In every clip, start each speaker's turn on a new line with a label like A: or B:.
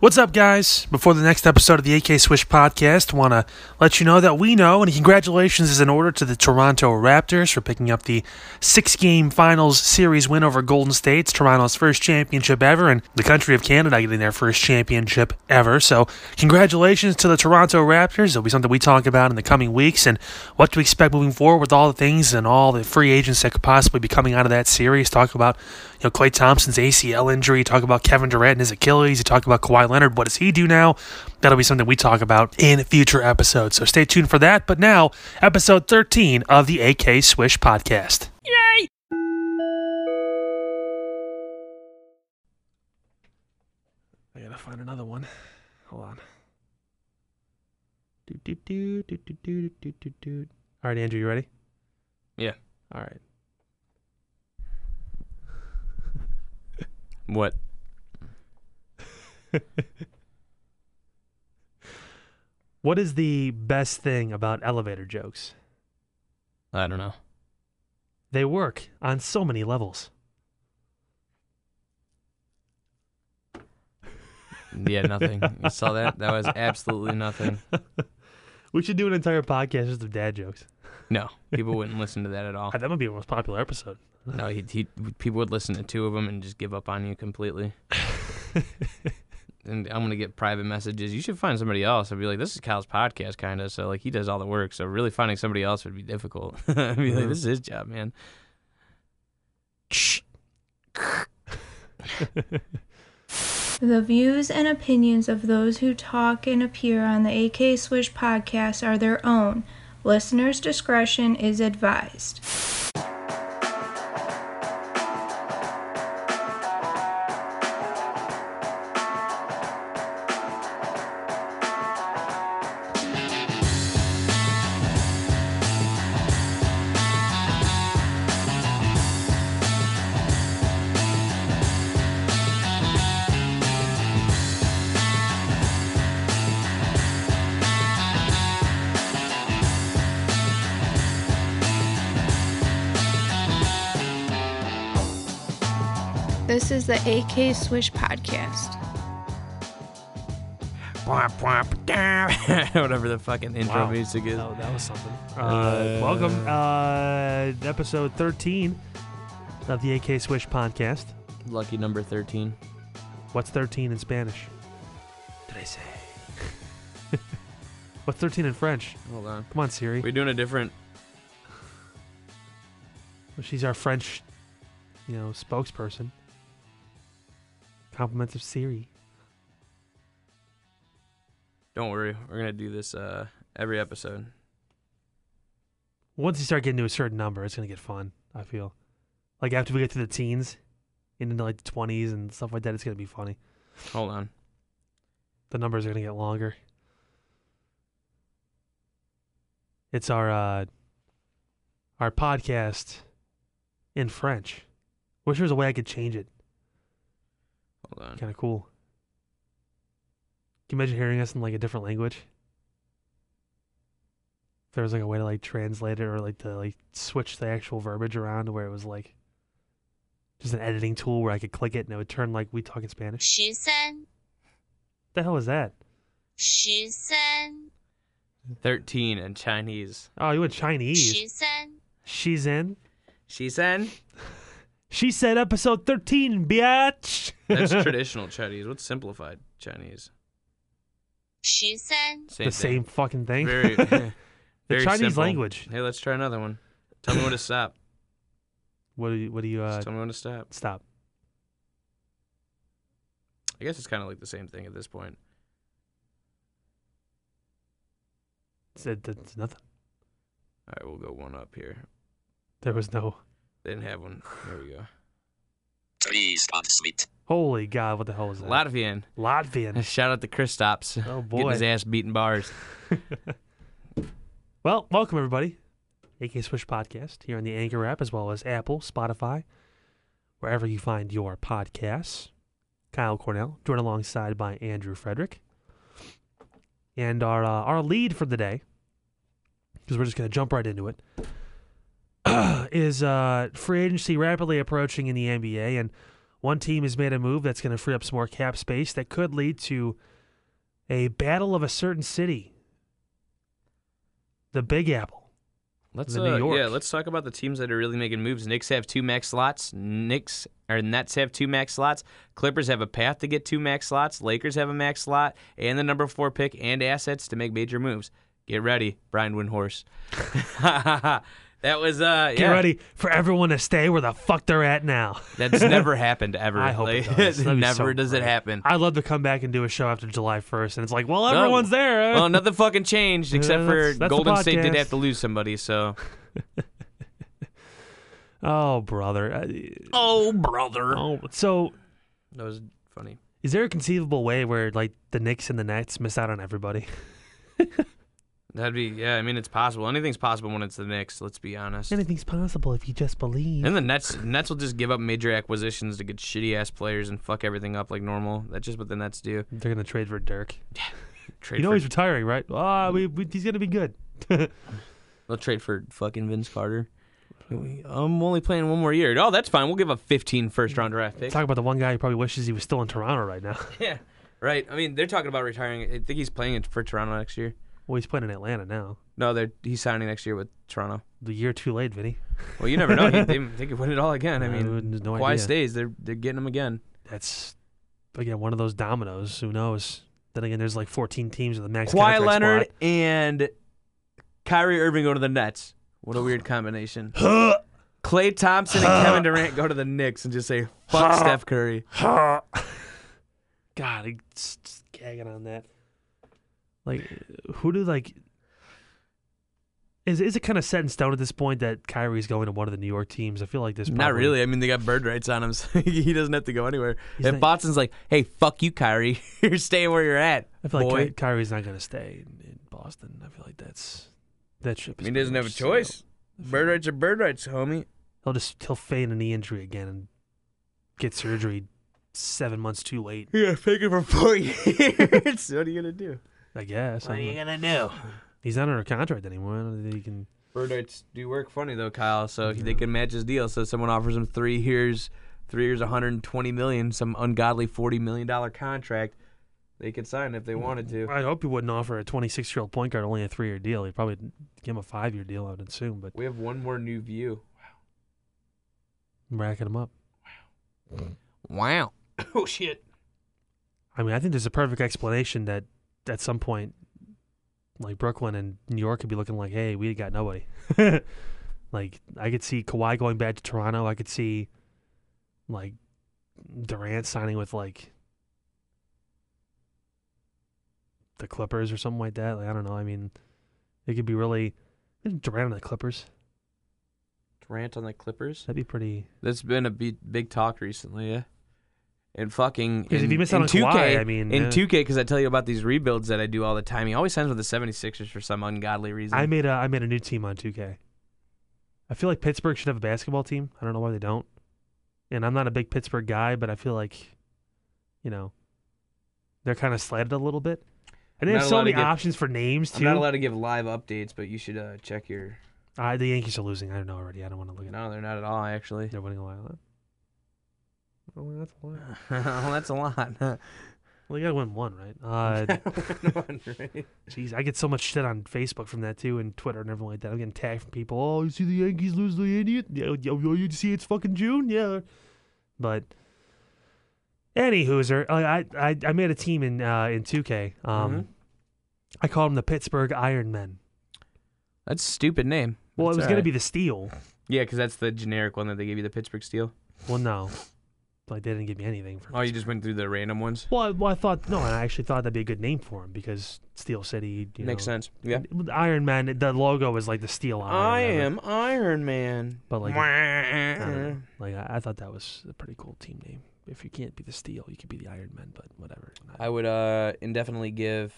A: What's up, guys? Before the next episode of the AK Swish podcast, want to let you know that we know, and congratulations is in order to the Toronto Raptors for picking up the six game finals series win over Golden State's Toronto's first championship ever, and the country of Canada getting their first championship ever. So, congratulations to the Toronto Raptors. It'll be something we talk about in the coming weeks and what to expect moving forward with all the things and all the free agents that could possibly be coming out of that series. Talk about, you know, Clay Thompson's ACL injury, talk about Kevin Durant and his Achilles, you talk about Kawhi Leonard. What does he do now? That'll be something we talk about in future episodes. So stay tuned for that. But now, episode 13 of the AK Swish podcast. Yay! I gotta find another one. Hold on. Do, do, do, do, do, do, do, do, do. All right, Andrew, you ready?
B: Yeah.
A: All right.
B: What?
A: What is the best thing about elevator jokes?
B: I don't know.
A: They work on so many levels.
B: Yeah, nothing. you saw that? That was absolutely nothing.
A: We should do an entire podcast just of dad jokes.
B: No, people wouldn't listen to that at all.
A: Ah, that would be our most popular episode.
B: No, he, he people would listen to two of them and just give up on you completely. and I'm gonna get private messages. You should find somebody else. I'd be like, this is Kyle's podcast, kind of. So like, he does all the work. So really, finding somebody else would be difficult. I'd be like, this is his job, man.
C: The views and opinions of those who talk and appear on the AK Swish podcast are their own. Listener's discretion is advised. This is the AK Swish podcast.
B: Whatever the fucking intro
A: Wow.
B: music is.
A: Oh, that was something. Uh,
B: Uh,
A: welcome, uh, episode thirteen of the AK Swish podcast.
B: Lucky number thirteen.
A: What's thirteen in Spanish? Did I say? What's thirteen in French?
B: Hold on.
A: Come on, Siri.
B: We're doing a different.
A: She's our French, you know, spokesperson. Compliments of Siri.
B: Don't worry. We're gonna do this uh, every episode.
A: Once you start getting to a certain number, it's gonna get fun. I feel like after we get to the teens, into like the twenties and stuff like that, it's gonna be funny.
B: Hold on.
A: the numbers are going to get longer. It's our uh, our podcast in French. Wish there was a way I could change it.
B: Hold on.
A: Kind of cool. Can you imagine hearing us in like a different language? If there was like a way to like translate it or like to like switch the actual verbiage around to where it was like just an editing tool where I could click it and it would turn like we talk in Spanish.
D: 十三，
A: What the hell is that?
D: 十三，
B: Thirteen in Chinese.
A: Oh, you went Chinese.
D: 十三，
A: She's in.
B: She said.
A: She said episode 13, bitch.
B: That's traditional Chinese. What's simplified Chinese?
D: 十三，
B: Same
A: the same fucking thing.
B: Very,
A: the
B: very
A: Chinese
B: simple.
A: language.
B: Hey, let's try another one. Tell me when to stop.
A: What do you, what do you uh,
B: Just tell me when to stop.
A: stop?
B: I guess it's kind of like the same thing at this point.
A: Said that's nothing.
B: All right, we'll go one up here.
A: There was no.
B: They didn't have one. There we go.
E: Please stop sweet.
A: Holy God, what the hell was that?
B: Latvian.
A: Latvian.
B: Shout out to Chris Stops.
A: Oh
B: Getting
A: boy.
B: his ass beating bars.
A: well, welcome everybody. AK Swish Podcast here on the Anchor app as well as Apple, Spotify, wherever you find your podcasts. Kyle Cornell, joined alongside by Andrew Frederick. And our uh, our lead for the day, because we're just going to jump right into it, is uh, free agency rapidly approaching in the NBA, and One team has made a move that's going to free up some more cap space that could lead to a battle of a certain city, the Big Apple.
B: Let's
A: The
B: uh,
A: New York.
B: yeah, let's talk about the teams that are really making moves. Knicks have two max slots. Knicks or Nets have two max slots. Clippers have a path to get two max slots. Lakers have a max slot and the number four pick and assets to make major moves. Get ready, Brian Windhorse. that was uh,
A: Get
B: yeah,
A: ready for everyone to stay where the fuck they're at now.
B: That's never happened ever.
A: I hope it
B: Like,
A: does. That'd be
B: never
A: so
B: does it
A: great.
B: happen.
A: I'd love to come back and do a show after July 1st, and it's like, well,
B: No.
A: everyone's there.
B: Well, nothing fucking changed except
A: Yeah,
B: for
A: that's- that's the
B: Golden State did
A: podcast.
B: have to lose somebody. So
A: Oh, brother. I-
B: oh brother,
A: Oh, so
B: that was funny.
A: is there a conceivable way where like the Knicks and the Nets miss out on everybody?
B: That'd be yeah. I mean, it's possible. Anything's possible when it's the Knicks. Let's be honest.
A: Anything's possible if you just believe.
B: And the Nets, Nets will just give up major acquisitions to get shitty ass players and fuck everything up like normal. That's just what the Nets do.
A: They're gonna trade for Dirk.
B: Trade
A: You know
B: for,
A: he's retiring, right? Ah, we, we, he's gonna be good.
B: they'll trade for fucking Vince Carter. I'm Um, only playing one more year. Oh, that's fine. We'll give up 15 first round draft picks.
A: Talk about the one guy who probably wishes he was still in Toronto right now.
B: Yeah, right. I mean, they're talking about retiring. I think he's playing it for Toronto next year.
A: Well, he's playing in Atlanta now.
B: No, they're he's signing next year with Toronto.
A: The year too late, Vinny.
B: Well, you never know. He- they, they could win it all again. I
A: I
B: mean,
A: wouldn't- no
B: Kawhi
A: idea.
B: stays. They're they're getting him again.
A: That's again one of those dominoes. Who knows? Then again, there's like 14 teams in the max.
B: Kawhi
A: contract
B: Leonard
A: squad.
B: and Kyrie Irving go to the Nets. What a weird combination. Clay Thompson and Kevin Durant go to the Knicks and just say, fuck Steph Curry.
A: God, I'm just just gagging on that. Like, who do like? Is is it kind of set in stone at this point that Kyrie's going to one of the New York teams? I feel like this.
B: Not
A: probably-
B: really. I mean, they got bird rights on him, so he doesn't have to go anywhere.
A: He's
B: and
A: not-
B: Botson's like, hey, fuck you, Kyrie. you're staying where you're at.
A: I feel like
B: boy.
A: Ky- Kyrie's not going to stay in, in Boston. I feel like that's that ship.
B: I
A: is
B: mean, he
A: pretty
B: doesn't have a
A: much
B: choice.
A: sailed.
B: Bird rights are bird rights, homie.
A: He'll just he'll feign a knee injury again and get surgery seven months too late.
B: Yeah, fake it for four years. what are you going to do?
A: I guess. I'm like-
B: going to do?
A: he's not under contract anymore. I don't think he can.
B: Bird rights do work funny though, Kyle. So they can match his deal. So someone offers him three years, three years, 120 million, some ungodly 40 million dollar contract. They could sign if they wanted to.
A: I hope he wouldn't offer a 26 year old point guard only a three year deal. He'd probably give him a five year deal, I would assume, but
B: We have one more new view.
A: I'm racking him up.
B: Wow. oh shit.
A: I mean, I think there's a perfect explanation that at some point, like Brooklyn and New York could be looking like, hey, we got nobody. like, I could see Kawhi going back to Toronto. I could see, like, Durant signing with, like, the Clippers or something like that. Like, I don't know. I mean, it could be really. Durant on the Clippers.
B: Durant on the Clippers.
A: That'd be pretty.
B: That's been a big, big talk recently, yeah. And fucking
A: Because if
B: in-
A: you miss out
B: in
A: on
B: 2K,
A: Kawhi, I mean,
B: in
A: uh,
B: 2K because I tell you about these rebuilds that I do all the time. He always signs with the 76ers for some ungodly reason.
A: I made a I made a new team on 2K. I feel like Pittsburgh should have a basketball team. I don't know why they don't. And I'm not a big Pittsburgh guy, but I feel like, you know, they're kind of slighted a little bit. And they
B: I'm
A: have
B: not
A: so
B: allowed to
A: many
B: get-
A: options for names
B: I'm
A: too.
B: not allowed to give live updates, but you should uh, check your.
A: Uh, the Yankees are losing. I know already. I don't want to look at it.
B: No, they're not at all actually.
A: They're winning a lot. Oh, that's a lot.
B: well, that's a lot.
A: Uh, Well, you gotta win one, right? Uh, jeez, I get so much shit on Facebook from that too, and Twitter and everything like that. I'm getting tagged from people. Oh, you see the Yankees lose to the idiot? Yeah, oh, yeah, yeah, you see it's fucking June, yeah. But any hooser, I I I made a team in uh, in 2K. Um,
B: Mhm.
A: I called them the Pittsburgh Iron Men.
B: That's a stupid name.
A: Well,
B: That's
A: it was
B: all
A: gonna
B: right.
A: be the Steel.
B: Yeah, because that's the generic one that they gave you, the Pittsburgh Steel.
A: Well, no, like they didn't give me anything for.
B: Oh, you just went through the random ones.
A: Well, I, well, I thought no, and I actually thought that'd be a good name for him because Steel City. You
B: Makes
A: know,
B: sense. Yeah.
A: With Iron Man, the logo is like the steel iron. or
B: I
A: whatever.
B: am Iron Man.
A: But, like, I don't know.
B: Wah.
A: Like I, I thought that was a pretty cool team name. If you can't be the Steel, you could be the Iron Man. But whatever.
B: I would uh indefinitely give.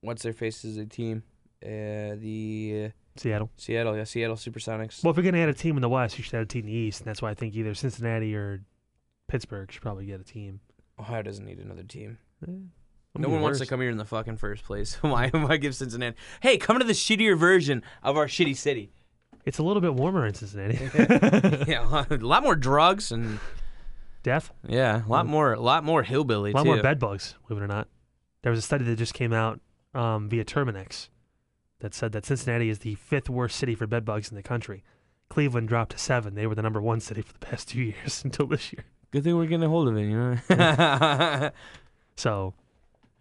B: What's their faces a team? Uh, the uh,
A: Seattle.
B: Seattle, yeah, Seattle Supersonics.
A: Well, if you're gonna add a team in the West, you should add a team in the East, and that's why I think either Cincinnati or Pittsburgh should probably get a team.
B: Ohio doesn't need another team.
A: Eh, wouldn't
B: No
A: be
B: one wants to
A: worse.
B: come here in the fucking first place. why? Why give Cincinnati? Hey, come to the shittier version of our shitty city.
A: It's a little bit warmer in Cincinnati.
B: yeah, a lot more drugs and
A: Death?
B: yeah, a lot more, a lot more hillbilly
A: A lot
B: too.
A: more bed bugs, believe it or not. There was a study that just came out um, via Terminex that said that Cincinnati is the fifth worst city for bed bugs in the country. Cleveland dropped to seven. They were the number one city for the past two years until this year.
B: Good thing we're getting a hold of it, you know.
A: So,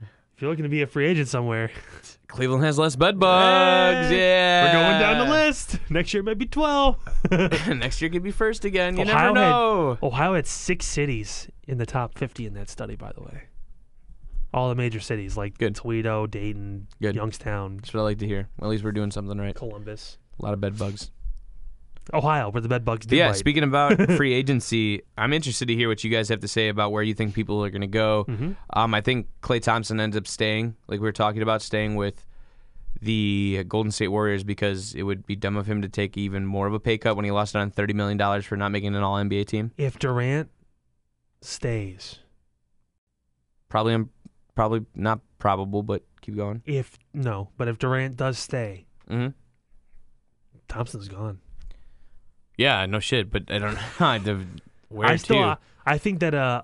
A: if you're looking to be a free agent somewhere,
B: Cleveland has less bed bugs.
A: Hey,
B: Yeah,
A: we're going down the list. Next year it might be twelve.
B: Next year could be first again. You
A: Ohio
B: never know.
A: Had, Ohio had six cities in the top 50 in that study, by the way. All the major cities like
B: Good.
A: Toledo, Dayton,
B: Good.
A: Youngstown,
B: That's what I like to hear. Well, at least we're doing something right.
A: Columbus,
B: A lot of bed bugs.
A: Ohio, where the bed bugs do
B: yeah,
A: bite.
B: speaking about free agency, I'm interested to hear what you guys have to say about where you think people are going to go.
A: Mm-hmm.
B: Um, I think Clay Thompson ends up staying, like we were talking about, staying with the Golden State Warriors because it would be dumb of him to take even more of a pay cut when he lost out on $30 million for not making an All NBA team.
A: if Durant stays,
B: Probably, um, probably not probable, but keep going.
A: if no, but if Durant does stay,
B: hmm
A: Thompson's gone.
B: Yeah, no shit, but I don't know where
A: I still,
B: to.
A: I, I think that uh,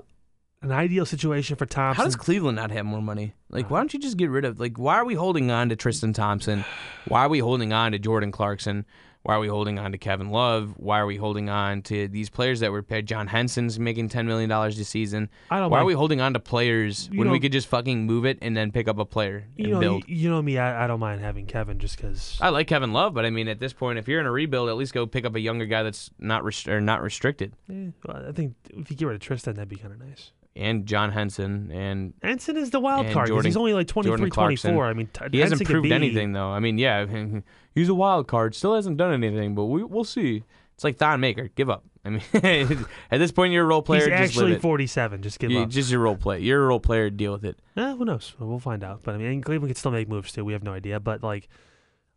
A: an ideal situation for Thompson.
B: How does Cleveland not have more money? Like, why don't you just get rid of? Like, why are we holding on to Tristan Thompson? Why are we holding on to Jordan Clarkson? Why are we holding on to Kevin Love? Why are we holding on to these players that were paid? John Henson's making ten million dollars this season.
A: I don't
B: Why are
A: mind-
B: we holding on to players
A: Oh You
B: when we
A: don't-
B: could just fucking move it and then pick up a player
A: you
B: and
A: e- know,
B: build?
A: You, you know me, I, I don't mind having Kevin just because.
B: I like Kevin Love, but I mean, at this point, if you're in a rebuild, at least go pick up a younger guy that's not rest- or not restricted.
A: eh, I think if you get rid of Tristan, that'd be kind of nice.
B: And John Henson, and
A: Ensign is the wild
B: And
A: card. 'cause
B: Jordan-
A: he's only like 23,
B: Jordan Clarkson.
A: 24. I mean, t-
B: he hasn't
A: Ensign could
B: proved
A: be-
B: anything though. I mean, yeah, he's a wild card. Still hasn't done anything, but we we'll see. It's like Don Maker. Give up. I mean, at this point, you're a role player.
A: He's
B: just live
A: actually
B: it.
A: 47. Just give
B: You-
A: up.
B: just your role play. You're a role player. Deal with it.
A: Eh, who knows? We'll we'll find out. But I mean, and Cleveland could still make moves too. We have no idea. But like,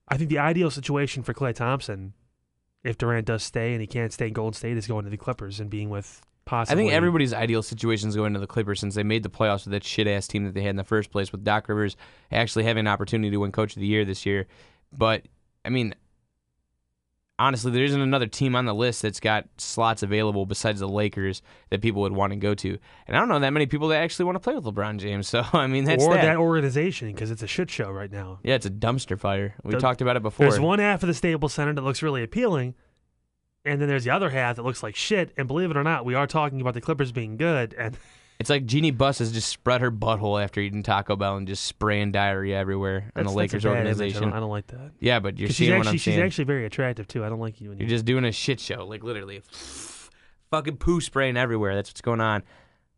A: I think the ideal situation for Clay Thompson, if Durant does stay and he can't stay in Golden State, is going to the Clippers and being with
B: I
A: possibly.
B: think everybody's ideal situation is going to the Clippers since they made the playoffs with that shit ass team that they had in the first place. With Doc Rivers actually having an opportunity to win Coach of the Year this year, but I mean, honestly, there isn't another team on the list that's got slots available besides the Lakers that people would want to go to. And I don't know that many people that actually want to play with LeBron James. So I mean, that's
A: or
B: that.
A: that, organization because it's a shit show right now.
B: yeah, it's a dumpster fire. We
A: The-
B: talked about it before.
A: There's one half of the Staples Center that looks really appealing, and then there's the other half that looks like shit. And believe it or not, we are talking about the Clippers being good, and
B: It's like Jeannie Buss has just spread her butthole after eating Taco Bell and just spraying diarrhea everywhere on
A: that's-
B: the
A: that's a
B: Lakers
A: bad image. I don't-
B: organization.
A: I don't like that.
B: yeah, but you're
A: 'Cause she's
B: seeing what
A: actually
B: I'm
A: she's
B: saying.
A: actually very attractive too. I don't like you when
B: You're
A: you
B: just doing a shit show, like literally, fucking poo spraying everywhere. That's what's going on.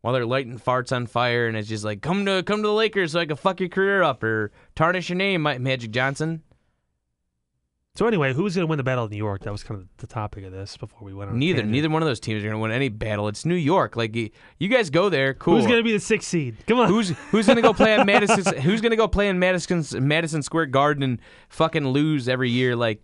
B: While they're lighting farts on fire, and it's just like, come to come to the Lakers so I can fuck your career up or tarnish your name, Ma- Magic Johnson.
A: So anyway, who's going to win the battle of New York? That was kind of the topic of this before we went on. a
B: Neither
A: tangent.
B: neither one of those teams are gonna win any battle. It's New York. Like y- you guys go there, cool.
A: Who's going to be the sixth seed? Come on.
B: Who's who's gonna go play in Madison? Who's gonna go play in Madison's Madison Square Garden and fucking lose every year like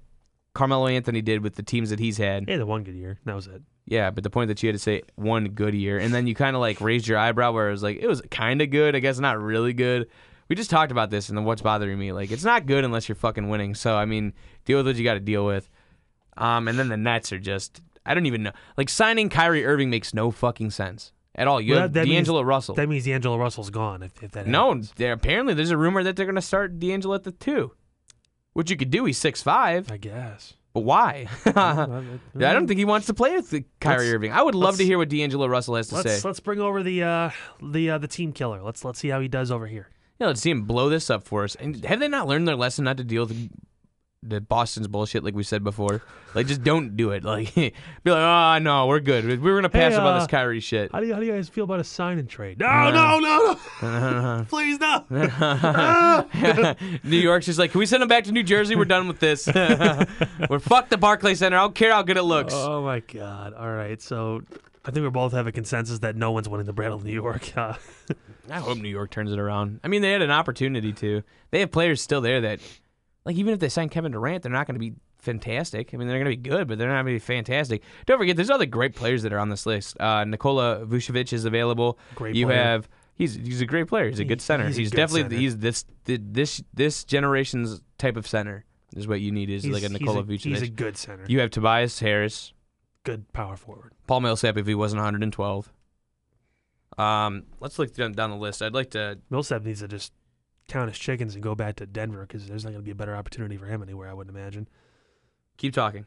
B: Carmelo Anthony did with the teams that he's had?
A: Yeah, the one good year. That was it.
B: Yeah, but the point that you had to say one good year, and then you kind of like raised your eyebrow where it was like it was kind of good, I guess not really good. We just talked about this, and then what's bothering me? Like it's not good unless you're fucking winning. So I mean, deal with what you got to deal with. Um, and then the Nets are just I don't even know. Like signing Kyrie Irving makes no fucking sense at all. You
A: Well,
B: have
A: that means-
B: D'Angelo Russell.
A: That means D'Angelo Russell's gone. If, if that
B: no,
A: happens.
B: there, apparently there's a rumor that they're gonna start D'Angelo at the two, which you could do. He's six five,
A: I guess.
B: but why? I don't think he wants to play with Kyrie
A: Let's-
B: Irving. I would love to
A: let's-
B: hear what D'Angelo Russell has to
A: Let's
B: say.
A: let's bring over the uh, the uh, the team killer. Let's let's see how he does over here.
B: Yeah, let's see him blow this up for us. And have they not learned their lesson not to deal with the Boston's bullshit, like we said before? Like, just don't do it. Like, be like, oh no, we're good. We- We're gonna pass
A: Hey,
B: up on
A: uh,
B: this Kyrie shit.
A: How do you, how do you guys feel about a sign and trade? No,
B: Uh,
A: no, no, no. Please no.
B: New York's just like, can we send him back to New Jersey? We're done with this. we're fuck the Barclay Center. I don't care how good it looks.
A: Oh my God! All right, so I think we both have a consensus that no one's winning the Battle of New York. Uh,
B: I hope New York turns it around. I mean, they had an opportunity to. They have players still there that, like, even if they sign Kevin Durant, they're not going to be fantastic. I mean, they're going to be good, but they're not going to be fantastic. Don't forget, there's other great players that are on this list. Uh, Nikola Vucevic is available.
A: Great
B: You
A: player.
B: have. He's, he's a great player. He's a good
A: He-
B: center.
A: he's
B: He's,
A: a good
B: definitely
A: center.
B: he's this this this generation's type of center. is what you need is
A: He's,
B: like a
A: he's
B: Nikola Vucevic.
A: He's a good center.
B: you have Tobias Harris,
A: good power forward.
B: Paul Millsap if he wasn't 112. Um, let's look down, down the list. I'd like to.
A: Millsap needs to just count his chickens and go back to Denver because there's not going to be a better opportunity for him anywhere. I wouldn't imagine.
B: Keep talking.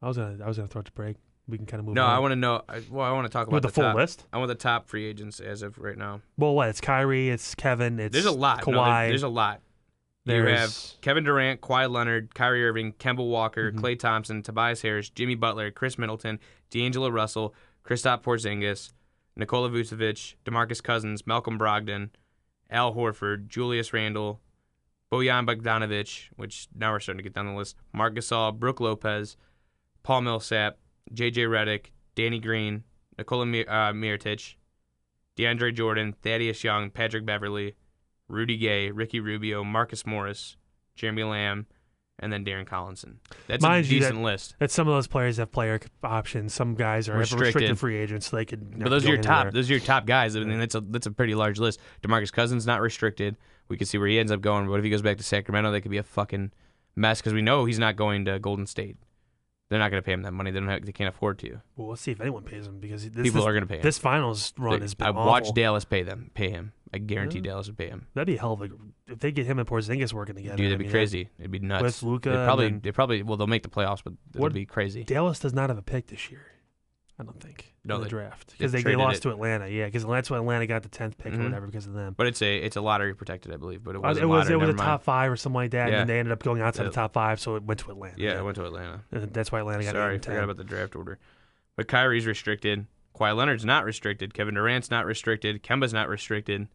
A: I was gonna I was gonna throw it to break. We can kind of move.
B: No,
A: on.
B: I want to know. I, well, I want to talk
A: You
B: about
A: want the full
B: top.
A: list?
B: I want the top free agents as of right now.
A: Well, what? It's Kyrie. It's Kevin. It's
B: There's a lot.
A: Kawhi.
B: No, there- there's a lot. You have
A: There's-
B: Kevin Durant, Kawhi Leonard, Kyrie Irving, Kemba Walker,
A: Mhm.
B: Clay Thompson, Tobias Harris, Jimmy Butler, Chris Middleton, D'Angelo Russell, Kristaps Porzingis, Nikola Vucevic, DeMarcus Cousins, Malcolm Brogdon, Al Horford, Julius Randle, Bojan Bogdanovic, which now we're starting to get down the list, Marc Gasol, Brooke Lopez, Paul Millsap, J.J. Redick, Danny Green, Nikola Mi- uh, Mirotic, DeAndre Jordan, Thaddeus Young, Patrick Beverly, Rudy Gay, Ricky Rubio, Marcus Morris, Jeremy Lamb, and then Darren Collinson. That's
A: Mind
B: a
A: you, that-
B: decent list.
A: That some of those players have player c- options. Some guys are restricted,
B: Restricted.
A: free agents, so they could. you know,
B: But those are
A: go
B: your top.
A: anywhere.
B: Those are your top guys. I mean, that's a that's a pretty large list. Demarcus Cousins not restricted. We could see where he ends up going. But if he goes back to Sacramento, that could be a fucking mess because we know he's not going to Golden State. They're not going to pay him that money. They don't. Have, they can't afford to.
A: Well, let's see if anyone pays them because this,
B: People
A: this,
B: are going to pay him.
A: this finals run has been
B: I
A: awful.
B: watched Dallas pay them. Pay him. I guarantee Dallas would pay him.
A: That'd be a hell of a if they get him and Porzingis working together.
B: Dude,
A: I
B: that'd be
A: mean,
B: crazy. It'd be nuts.
A: With Luka
B: they
A: and
B: probably
A: then-
B: they probably well they'll make the playoffs, but it'll
A: What-
B: be crazy.
A: Dallas does not have a pick this year. I don't think
B: No,
A: in the
B: they-
A: draft
B: they
A: because they, they
B: traded
A: lost
B: it.
A: to Atlanta. Yeah, because that's why Atlanta got the tenth pick
B: Mhm.
A: or whatever because of them.
B: But it's a it's a lottery protected, I believe. But it
A: Uh,
B: wasn't
A: it was
B: lottery,
A: it was a
B: never mind.
A: top five or something like that, and
B: Yeah.
A: then they ended up going outside
B: Yeah.
A: the top five, so it went to Atlanta.
B: Yeah, I went to Atlanta.
A: And that's why Atlanta got
B: Sorry,
A: eight and
B: forgot
A: 10.
B: about the draft order. But Kyrie's restricted. Kawhi Leonard's not restricted. Kevin Durant's not restricted. Kemba's not restricted.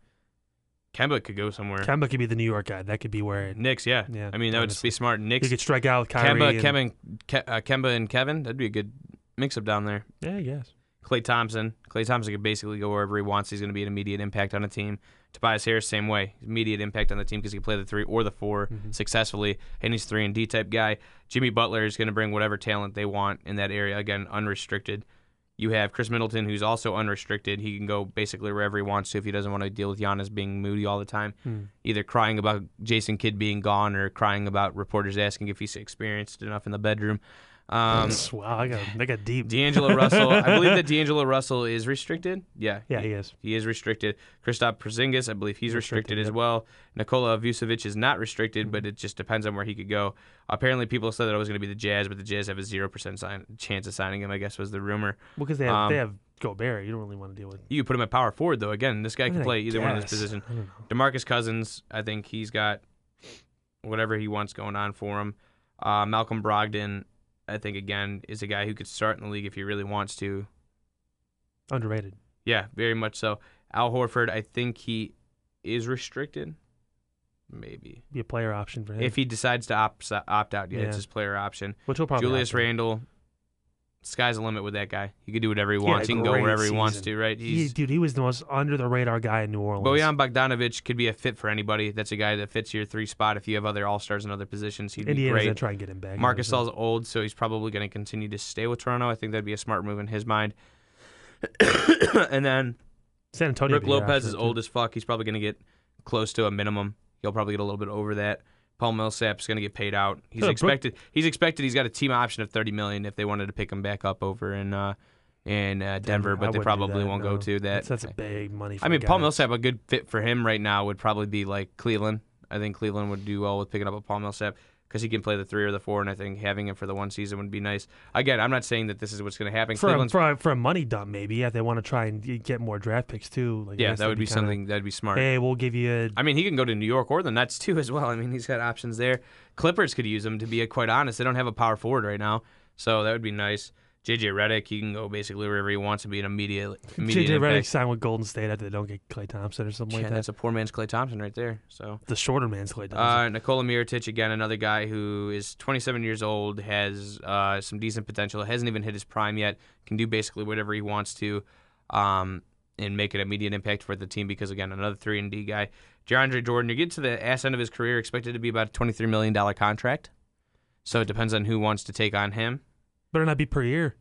B: Kemba could go somewhere.
A: Kemba could be the New York guy. That could be where it,
B: Knicks, yeah.
A: Yeah,
B: I mean, that would just be
A: honestly.
B: smart.
A: you
B: Knicks,
A: could strike out with Kyrie.
B: Kemba,
A: and-
B: Kevin, Ke- uh, Kemba and Kevin. That'd be a good mix-up down there.
A: Yeah, I guess.
B: Clay Thompson. Clay Thompson could basically go wherever he wants. He's going to be an immediate impact on a team. Tobias Harris, same way, immediate impact on the team because he can play the three or the 4 successfully, and he's three and D type guy. Jimmy Butler is going to bring whatever talent they want in that area. Again, unrestricted. You have Chris Middleton, who's also unrestricted. He can go basically wherever he wants to if he doesn't want to deal with Giannis being moody all the time, either crying about Jason Kidd being gone or crying about reporters asking if he's experienced enough in the bedroom. Um,
A: wow, I got they got deep.
B: D'Angelo Russell. I believe that D'Angelo Russell is restricted. Yeah.
A: Yeah, he is.
B: He is restricted. Kristaps Porzingis, I believe he's restricted,
A: Restricted,
B: as
A: yep.
B: well. Nikola Vucevic is not restricted, but it just depends on where he could go. Apparently, people said that it was going to be the Jazz, but the Jazz have a zero percent sign- chance of signing him. I guess was the rumor.
A: Well, because they have
B: Um,
A: they have Gobert. You don't really want to deal with.
B: You could put him at power forward though. Again, this guy
A: I
B: can
A: mean,
B: play
A: I
B: either one of
A: guess.
B: this position.
A: I don't know.
B: Demarcus Cousins, I think he's got whatever he wants going on for him. Uh, Malcolm Brogdon, I think again is a guy who could start in the league if he really wants to.
A: Underrated.
B: Yeah, very much so. Al Horford, I think he is restricted. Maybe
A: Be a player option for him.
B: if he decides to opt opt out, yeah,
A: Yeah.
B: it's his player option.
A: which will probably
B: Julius
A: happen.
B: Randle, sky's the limit with that guy. He can do whatever he
A: He had
B: wants.
A: a
B: He can go
A: great
B: wherever he wants
A: season.
B: to, right?
A: He,
B: He's
A: dude, he was the most under the radar guy in New Orleans.
B: Bojan Bogdanovic could be a fit for anybody. That's a guy that fits your three spot. If you have other all stars in other positions, he'd be
A: Indiana's
B: great.
A: gonna try and get him back.
B: Marcus
A: honestly.
B: All's old, so he's probably going to continue to stay with Toronto. I think that'd be a smart move in his mind. and then
A: San Antonio.
B: Brooke
A: would be your
B: Lopez
A: option,
B: is
A: too.
B: old as fuck. He's probably going to get close to a minimum. He'll probably get a little bit over that. Paul Millsap's going to get paid out. He's
A: Yeah, Brook-
B: expected. He's expected. He's got a team option of thirty million if they wanted to pick him back up over in uh, in uh, Denver,
A: I
B: but they
A: wouldn't do
B: probably
A: that,
B: won't
A: no.
B: go to that.
A: That's, that's a big money. For
B: I
A: a
B: mean, Paul
A: guy.
B: Millsap, a good fit for him right now would probably be like Cleveland. I think Cleveland would do well with picking up a Paul Millsap because he can play the three or the four, and I think having him for the one season would be nice. Again, I'm not saying that this is what's going to happen.
A: for a,
B: Cleveland's,
A: for, a, for a money dump maybe. Yeah, if they want to try and y- get more draft picks too. Like I
B: yeah,
A: guess
B: that
A: that'd
B: would be,
A: kinda-
B: something that'd be smart.
A: Hey, we'll give you. A,
B: I mean, he can go to New York or the Nets too, as well. I mean, he's got options there. Clippers could use him, to be quite honest. They don't have a power forward right now, so that would be nice. JJ Redick, he can go basically wherever he wants and be an immediate. immediate
A: JJ Redick
B: impact.
A: signed with Golden State after they don't get Clay Thompson or something
B: Yeah,
A: like that.
B: that's a poor man's Clay Thompson right there. So.
A: the shorter man's Clay Thompson.
B: Uh, Nikola Mirotic again, another guy who is 27 years old, has uh, some decent potential, hasn't even hit his prime yet, can do basically whatever he wants to, um, and make an immediate impact for the team. Because again, another three and D guy, DeAndre Jordan. You get to the ass end of his career, expected to be about a 23 million dollar contract. So it depends on who wants to take on him.
A: Better not be per year.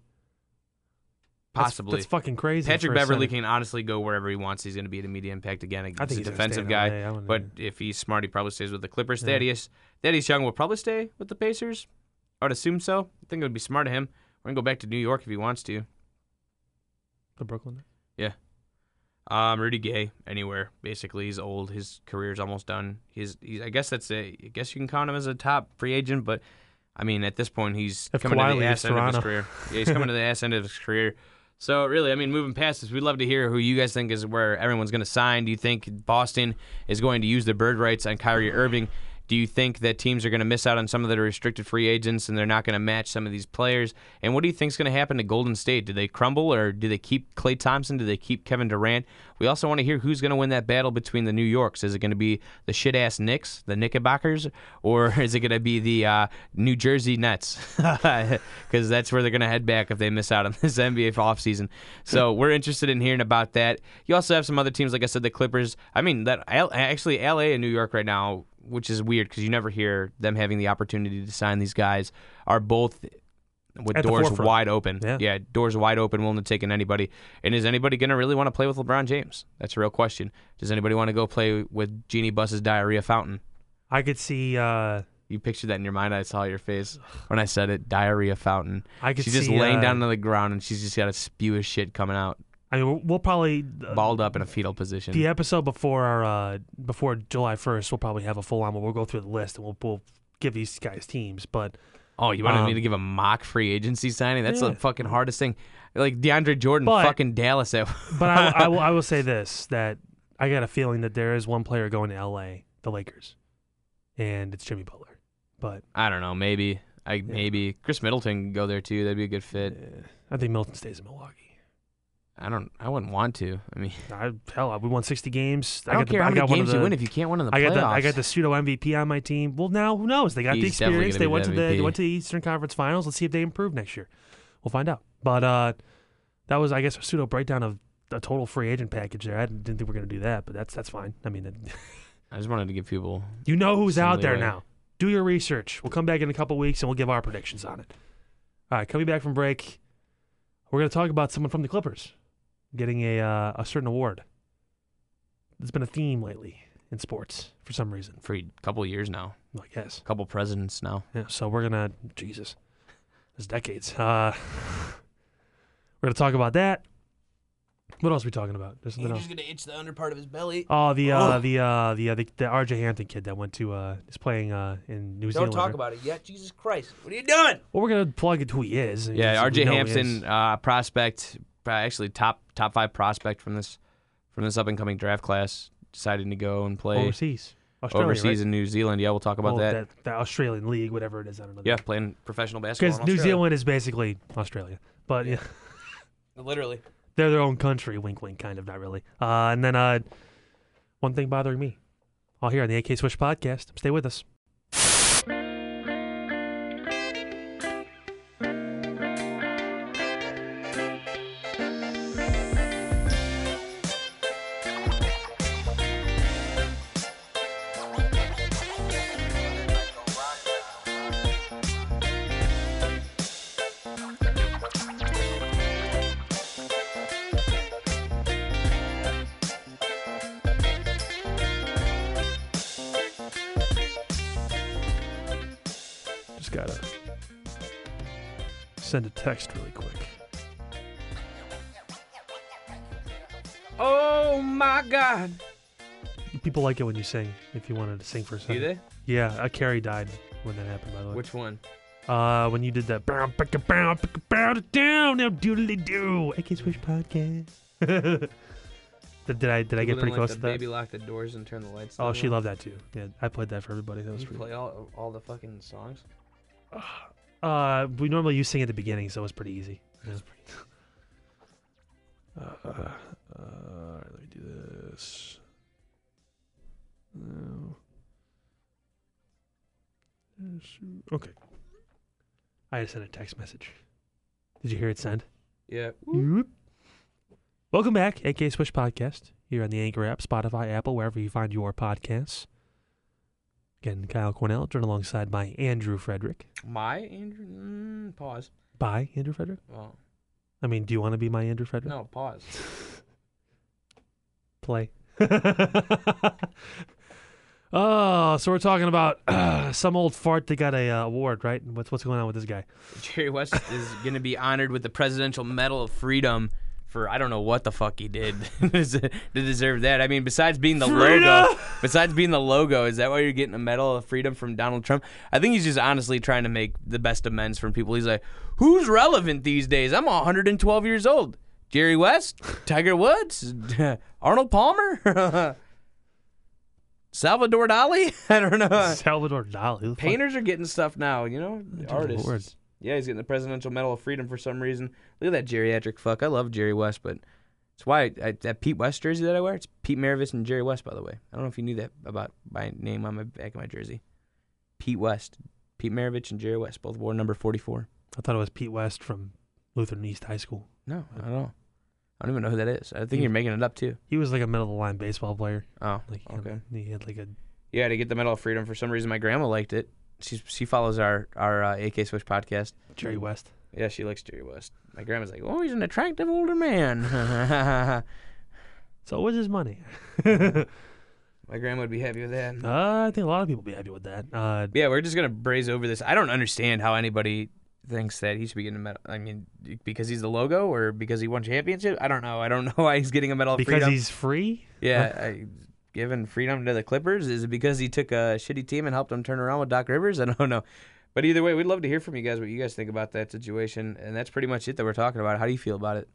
A: That's-
B: Possibly.
A: That's, fucking crazy.
B: Patrick
A: for a
B: Beverly
A: center.
B: can honestly go wherever he wants. He's going to be at a media impact again. He's
A: I think
B: a
A: he's gonna
B: defensive
A: stay in
B: guy.
A: LA. I wouldn't-
B: but if he's smart, he probably stays with the Clippers.
A: Yeah.
B: Thaddeus Thaddeus Young will probably stay with the Pacers. I would assume so. I think it would be smart of him. We're going to go back to New York if he wants to.
A: the Brooklyn.
B: Um, Rudy Gay anywhere basically. He's old. His career's almost done. He's, he's I guess that's a. I guess you can count him as a top free agent, but I mean at this point he's
A: If
B: coming
A: Kawhi
B: to the
A: leaves
B: ass end of his
A: Toronto.
B: career. Yeah, he's coming to the ass end of his career. So really, I mean, moving past this, we'd love to hear who you guys think is where everyone's going to sign. Do you think Boston is going to use the bird rights on Kyrie Irving? Do you think that teams are going to miss out on some of the restricted free agents and they're not going to match some of these players? And what do you think is going to happen to Golden State? Do they crumble or do they keep Klay Thompson? Do they keep Kevin Durant? We also want to hear who's going to win that battle between the New Yorks. Is it going to be the shit ass Knicks, the Knickerbockers, or is it going to be the uh, New Jersey Nets? Because that's where they're going to head back if they miss out on this NBA offseason. So we're interested in hearing about that. You also have some other teams, like I said, the Clippers. I mean, that L- actually LA and New York right now, which is weird because you never hear them having the opportunity to sign these guys, are both with
A: At the
B: doors
A: forefront.
B: wide open.
A: Yeah.
B: doors wide open, willing to take in anybody. And is anybody going to really want to play with LeBron James? That's a real question. Does anybody want to go play with Jeannie Buss's diarrhea fountain?
A: I could see. Uh,
B: You pictured that in your mind. I saw your face when I said it. Diarrhea fountain.
A: I could
B: she's just
A: see,
B: laying
A: uh,
B: down on the ground and she's just got a spew of shit coming out,
A: I mean, we'll, we'll probably uh,
B: balled up in a fetal position.
A: the episode before our uh, before July first. We'll probably have a full on. where We'll go through the list and we'll we'll give these guys teams. But
B: Oh, you wanted
A: Um,
B: me to give a mock free agency signing? That's
A: Yeah.
B: the fucking hardest thing. Like DeAndre Jordan,
A: But-
B: fucking Dallas. At,
A: but I, I will I will say this that I got a feeling that there is one player going to L.A. the Lakers, and it's Jimmy Butler. But
B: I don't know. Maybe. I, Maybe Chris Middleton can go there too. That'd be a good fit.
A: eh, I think Milton stays in Milwaukee.
B: I don't. I wouldn't want to. I mean,
A: I, hell, we won 60 games.
B: I don't
A: got
B: care
A: the, I
B: how many
A: got one of
B: games you
A: the-
B: win if you can't win in the
A: I
B: playoffs.
A: got the I got the pseudo MVP on my team. Well, now who knows? They got the
B: He's definitely
A: experience.
B: gonna
A: They
B: be
A: went
B: the
A: to the they
B: MVP.
A: went to the Eastern Conference Finals. Let's see if they improve next year. We'll find out. But uh, that was I guess a pseudo breakdown of a total free agent package there. I didn't think we were gonna do that, but that's that's fine. I mean, it,
B: I just wanted to give people.
A: you know who's
B: Some
A: out there
B: leeway.
A: now. Do your research. We'll come back in a couple weeks and we'll give our predictions on it. All right, coming back from break, we're gonna talk about someone from the Clippers getting a uh, a certain award. It's been a theme lately in sports for some reason.
B: for a couple years now,
A: I guess.
B: a couple presidents now.
A: Yeah, so we're gonna Jesus, it's decades. Uh, we're gonna talk about that. What else are we talking about? There's something else.
B: gonna itch the under part of his belly.
A: Oh, the uh,
B: Ugh.
A: the uh, the uh, the, the R.J. Hampton kid that went to uh, is playing uh in New Zealand. right?
B: about it yet. Jesus Christ, what are you doing?
A: Well, we're gonna plug it who he is.
B: Yeah,
A: Because we
B: R.J.
A: know he
B: Hampson,
A: is.
B: uh, prospect, pro- actually top top five prospect from this from this up and coming draft class, decided to go and play overseas,
A: overseas, Australia, right?
B: in New Zealand. Yeah, we'll talk about
A: Oh,
B: that.
A: that the Australian league, whatever it is. I don't know.
B: Yeah, playing professional basketball.
A: because
B: in
A: New
B: Australia.
A: Zealand is basically Australia, but yeah.
B: literally.
A: they're their own country. Wink, wink. Kind of, not really. Uh, and then uh, one thing bothering me, all here on the AK Switch podcast. Stay with us. Just gotta send a text really quick.
B: Oh my God!
A: People like it when you sing. If you wanted to sing for a second,
B: Do they?
A: yeah. Uh, Carrie died when that happened. By the way,
B: Which one?
A: uh, when you did that, bow, picka, bow, picka, bow, down, now doodly do. AK Switch podcast. did, did I did I get pretty close to that?
B: Baby locked the doors and turned the lights.
A: Oh, she loved that too. Yeah, I played that for everybody. That was
B: You
A: pretty.
B: play all all the fucking songs.
A: Uh, we normally you sing at the beginning, so it was pretty easy. uh, uh, all right, let me do this. No. Okay. I just sent a text message. Did you hear it send?
B: Yeah.
A: Welcome back, AK Switch Podcast, here on the Anchor app, Spotify, Apple, wherever you find your podcasts. Again, Kyle Cornell, joined alongside by Andrew Frederick.
B: My Andrew. Mm, pause.
A: By Andrew Frederick?
B: Well,
A: I mean, do you want to be my Andrew Frederick?
B: No, pause.
A: Play. oh, so we're talking about some old fart that got a uh, award, right? And What's what's going on with this guy?
B: Jerry West is going to be honored with the Presidential Medal of Freedom for I don't know what the fuck he did to deserve that. I mean, besides being the logo,
A: Freedom!
B: besides being the logo, is that why you're getting a Medal of Freedom from Donald Trump? I think he's just honestly trying to make the best amends from people. He's like, who's relevant these days? I'm 112 years old. Jerry West, Tiger Woods, Arnold Palmer, Salvador Dali. I don't know.
A: Salvador Dali. Who the fuck-
B: Painters are getting stuff now, you know? Artists.
A: Lord.
B: Yeah, he's getting the Presidential Medal of Freedom for some reason. Look at that geriatric fuck. I love Jerry West, but it's why I, that Pete West jersey that I wear, it's Pete Maravich and Jerry West, by the way. I don't know if you knew that about my name on my back of my jersey. Pete West. Pete Maravich and Jerry West both wore number 44.
A: I thought it was Pete West from Lutheran East High School.
B: No, I don't know. Hmm. I don't even know who that is. I think you're making it up, too.
A: He was like a middle of the line baseball player.
B: Oh,
A: Like he kinda-
B: okay.
A: he had like a
B: Yeah, to get the Medal of Freedom, for some reason, my grandma liked it. She, she follows our, our uh, AK Switch podcast.
A: Jerry West.
B: Yeah, she likes Jerry West. My grandma's like, oh, he's an attractive older man. My
A: So was his money.
B: Mm-hmm. grandma would be happy with that.
A: Uh, I think a lot of people be happy with that. Uh,
B: Yeah, we're just gonna braze over this. I don't understand how anybody thinks that he should be getting a medal. I mean, because he's the logo or because he won championship. I don't know. I don't know why he's getting a medal. Of
A: because
B: freedom.
A: he's free.
B: yeah, I, giving freedom to the Clippers is it because he took a shitty team and helped them turn around with Doc Rivers. I don't know. But either way, we'd love to hear from you guys what you guys think about that situation. And that's pretty much it that we're talking about. How do you feel about it?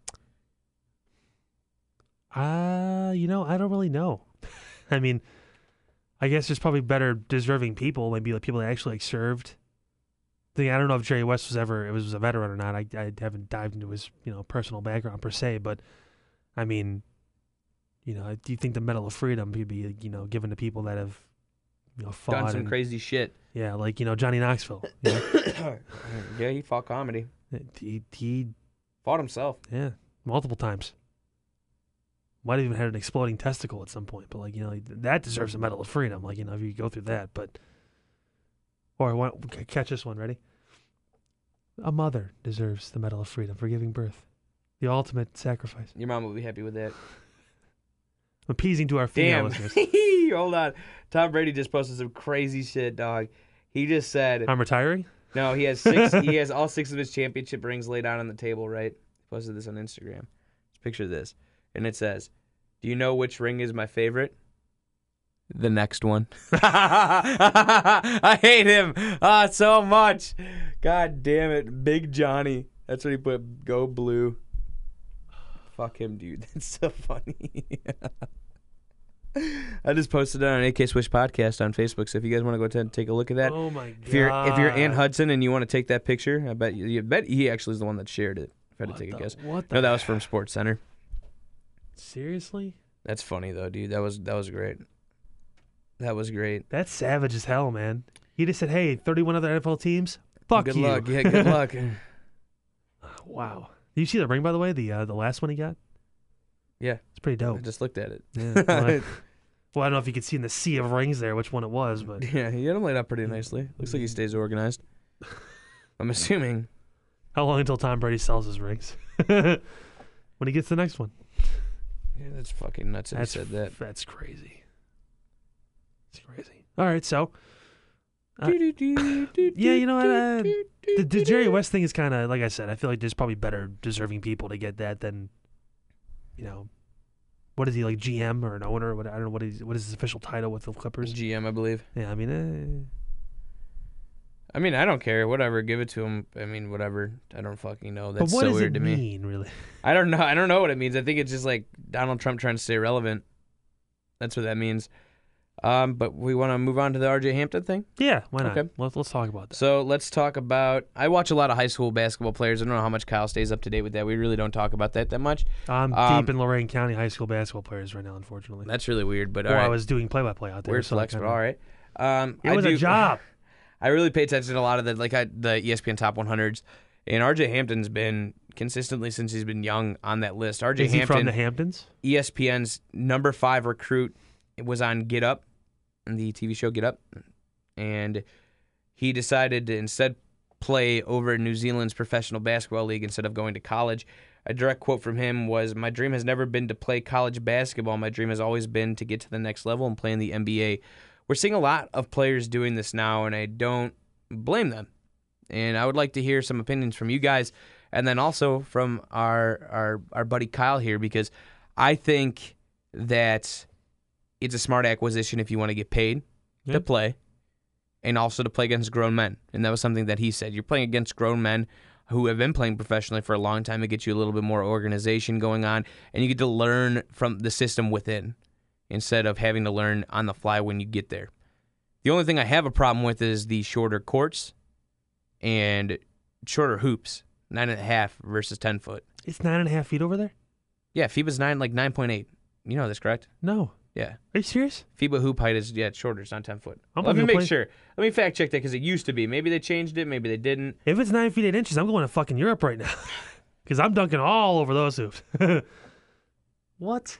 A: Uh, you know, I don't really know. I mean, I guess there's probably better deserving people, maybe like people that actually like served. Thing I don't know if Jerry West was ever was a veteran or not. I I haven't dived into his you know personal background per se, but I mean, you know, do you think the Medal of Freedom could be you know given to people that have you know fought
B: Done some
A: and-
B: crazy shit.
A: yeah, like you know Johnny Knoxville. you know?
B: yeah, he fought comedy.
A: he he
B: Fought himself.
A: Yeah, multiple times. Might have even had an exploding testicle at some point, but like you know that deserves a medal of freedom. Like you know if you go through that, but or I want c- catch this one. Ready? A mother deserves the medal of freedom for giving birth, the ultimate sacrifice.
B: Your mom will be happy with that.
A: Appeasing to our female
B: Damn.
A: listeners.
B: Hold on. Tom Brady just posted some crazy shit, dog. He just said
A: I'm retiring.
B: no. He has six. he has all six of his championship rings laid out on the table. Right. He posted this on Instagram. Just picture this, and it says, "Do you know which ring is my favorite?" The next one. I hate him ah so much. God damn it, Big Johnny. That's what he put. Go blue. Fuck him, dude. That's so funny. I just posted it on AK Swish podcast on Facebook. So if you guys want to go ahead and take a look at that,
A: Oh my god!
B: if you're if you're Ann Hudson and you want to take that picture, I bet you, you bet he actually is the one that shared it. If I had to
A: What
B: take a
A: the-
B: guess.
A: what
B: no,
A: the-
B: that was from Sports Center.
A: seriously,
B: That's funny though, dude. That was that was great. That was great.
A: that's savage as hell, man. He just said, "Hey, 31 other NFL teams, fuck
B: good
A: you."
B: luck. Yeah, good luck.
A: Wow. Did you see the ring, by the way? The uh, the last one he got.
B: Yeah.
A: it's pretty
B: I
A: dope.
B: just looked at it.
A: Yeah, well, I- well, I don't know if you could see in the sea of rings there which one it was, but
B: yeah, he had him laid out pretty nicely. Looks like
A: Mm.
B: he stays organized. I'm assuming.
A: how long until Tom Brady sells his rings? when he gets the next one.
B: Yeah, that's fucking nuts that he said that.
A: That's crazy. It's crazy. All right, so Uh,
B: yeah,
A: yeah, you know what, uh, the, the Jerry West thing is kind of like I said. I feel like there's probably better deserving people to get that than, you know, what is he like GM or an owner? Or what I don't know what is what is his official title with the Clippers.
B: GM, I believe.
A: Yeah, I mean, eh,
B: I mean, I don't care. Whatever, give it to him. I mean, whatever. I don't fucking know.
A: but
B: That's
A: what
B: so
A: does
B: weird
A: it
B: to me.
A: mean, really?
B: I don't know. I don't know what it means. I think it's just like Donald Trump trying to stay relevant. That's what that means. Um, but we want to move on to the RJ Hampton thing.
A: Yeah, why not?
B: Okay.
A: Let's let's talk about that.
B: So let's talk about. I watch a lot of high school basketball players. I don't know how much Kyle stays up to date with that. We really don't talk about that that much.
A: I'm
B: Um,
A: deep in Lorain County high school basketball players right now, unfortunately.
B: That's really weird. But all
A: Or
B: right,
A: I was doing play-by-play out there.
B: weird
A: so I
B: flex. But
A: kinda-
B: all right. Um,
A: It
B: I
A: was
B: do,
A: a job.
B: I really pay attention to a lot of the like I, the E ESPN top 100s, and RJ Hampton's been consistently since he's been young on that list. RJ
A: Is he
B: Hampton
A: from the Hamptons?
B: E ESPN's number five recruit was on Get Up, the TV show Get Up, and he decided to instead play over in New Zealand's professional basketball league instead of going to college. a direct quote from him was My dream has never been to play college basketball. My dream has always been to get to the next level and play in the NBA. We're seeing a lot of players doing this now, and I don't blame them. And I would like to hear some opinions from you guys and then also from our our, our buddy Kyle here, because I think that it's a smart acquisition if you want to get paid
A: Yeah.
B: to play and also to play against grown men. And that was something that he said. You're playing against grown men who have been playing professionally for a long time. It gets you a little bit more organization going on, and you get to learn from the system within instead of having to learn on the fly when you get there. The only thing I have a problem with is the shorter courts and shorter hoops, nine and a half versus ten foot.
A: It's nine and a half feet over there?
B: Yeah, FIBA's nine like nine point eight. You know this, correct?
A: No.
B: Yeah.
A: Are you serious?
B: FIBA hoop height is yeah it's shorter. It's not ten foot.
A: I'm
B: Let me
A: gonna
B: make
A: play-
B: sure. Let me fact check that because it used to be. Maybe they changed it. Maybe they didn't.
A: If it's nine feet eight inches, I'm going to fucking Europe right now. Because I'm dunking all over those hoops. what?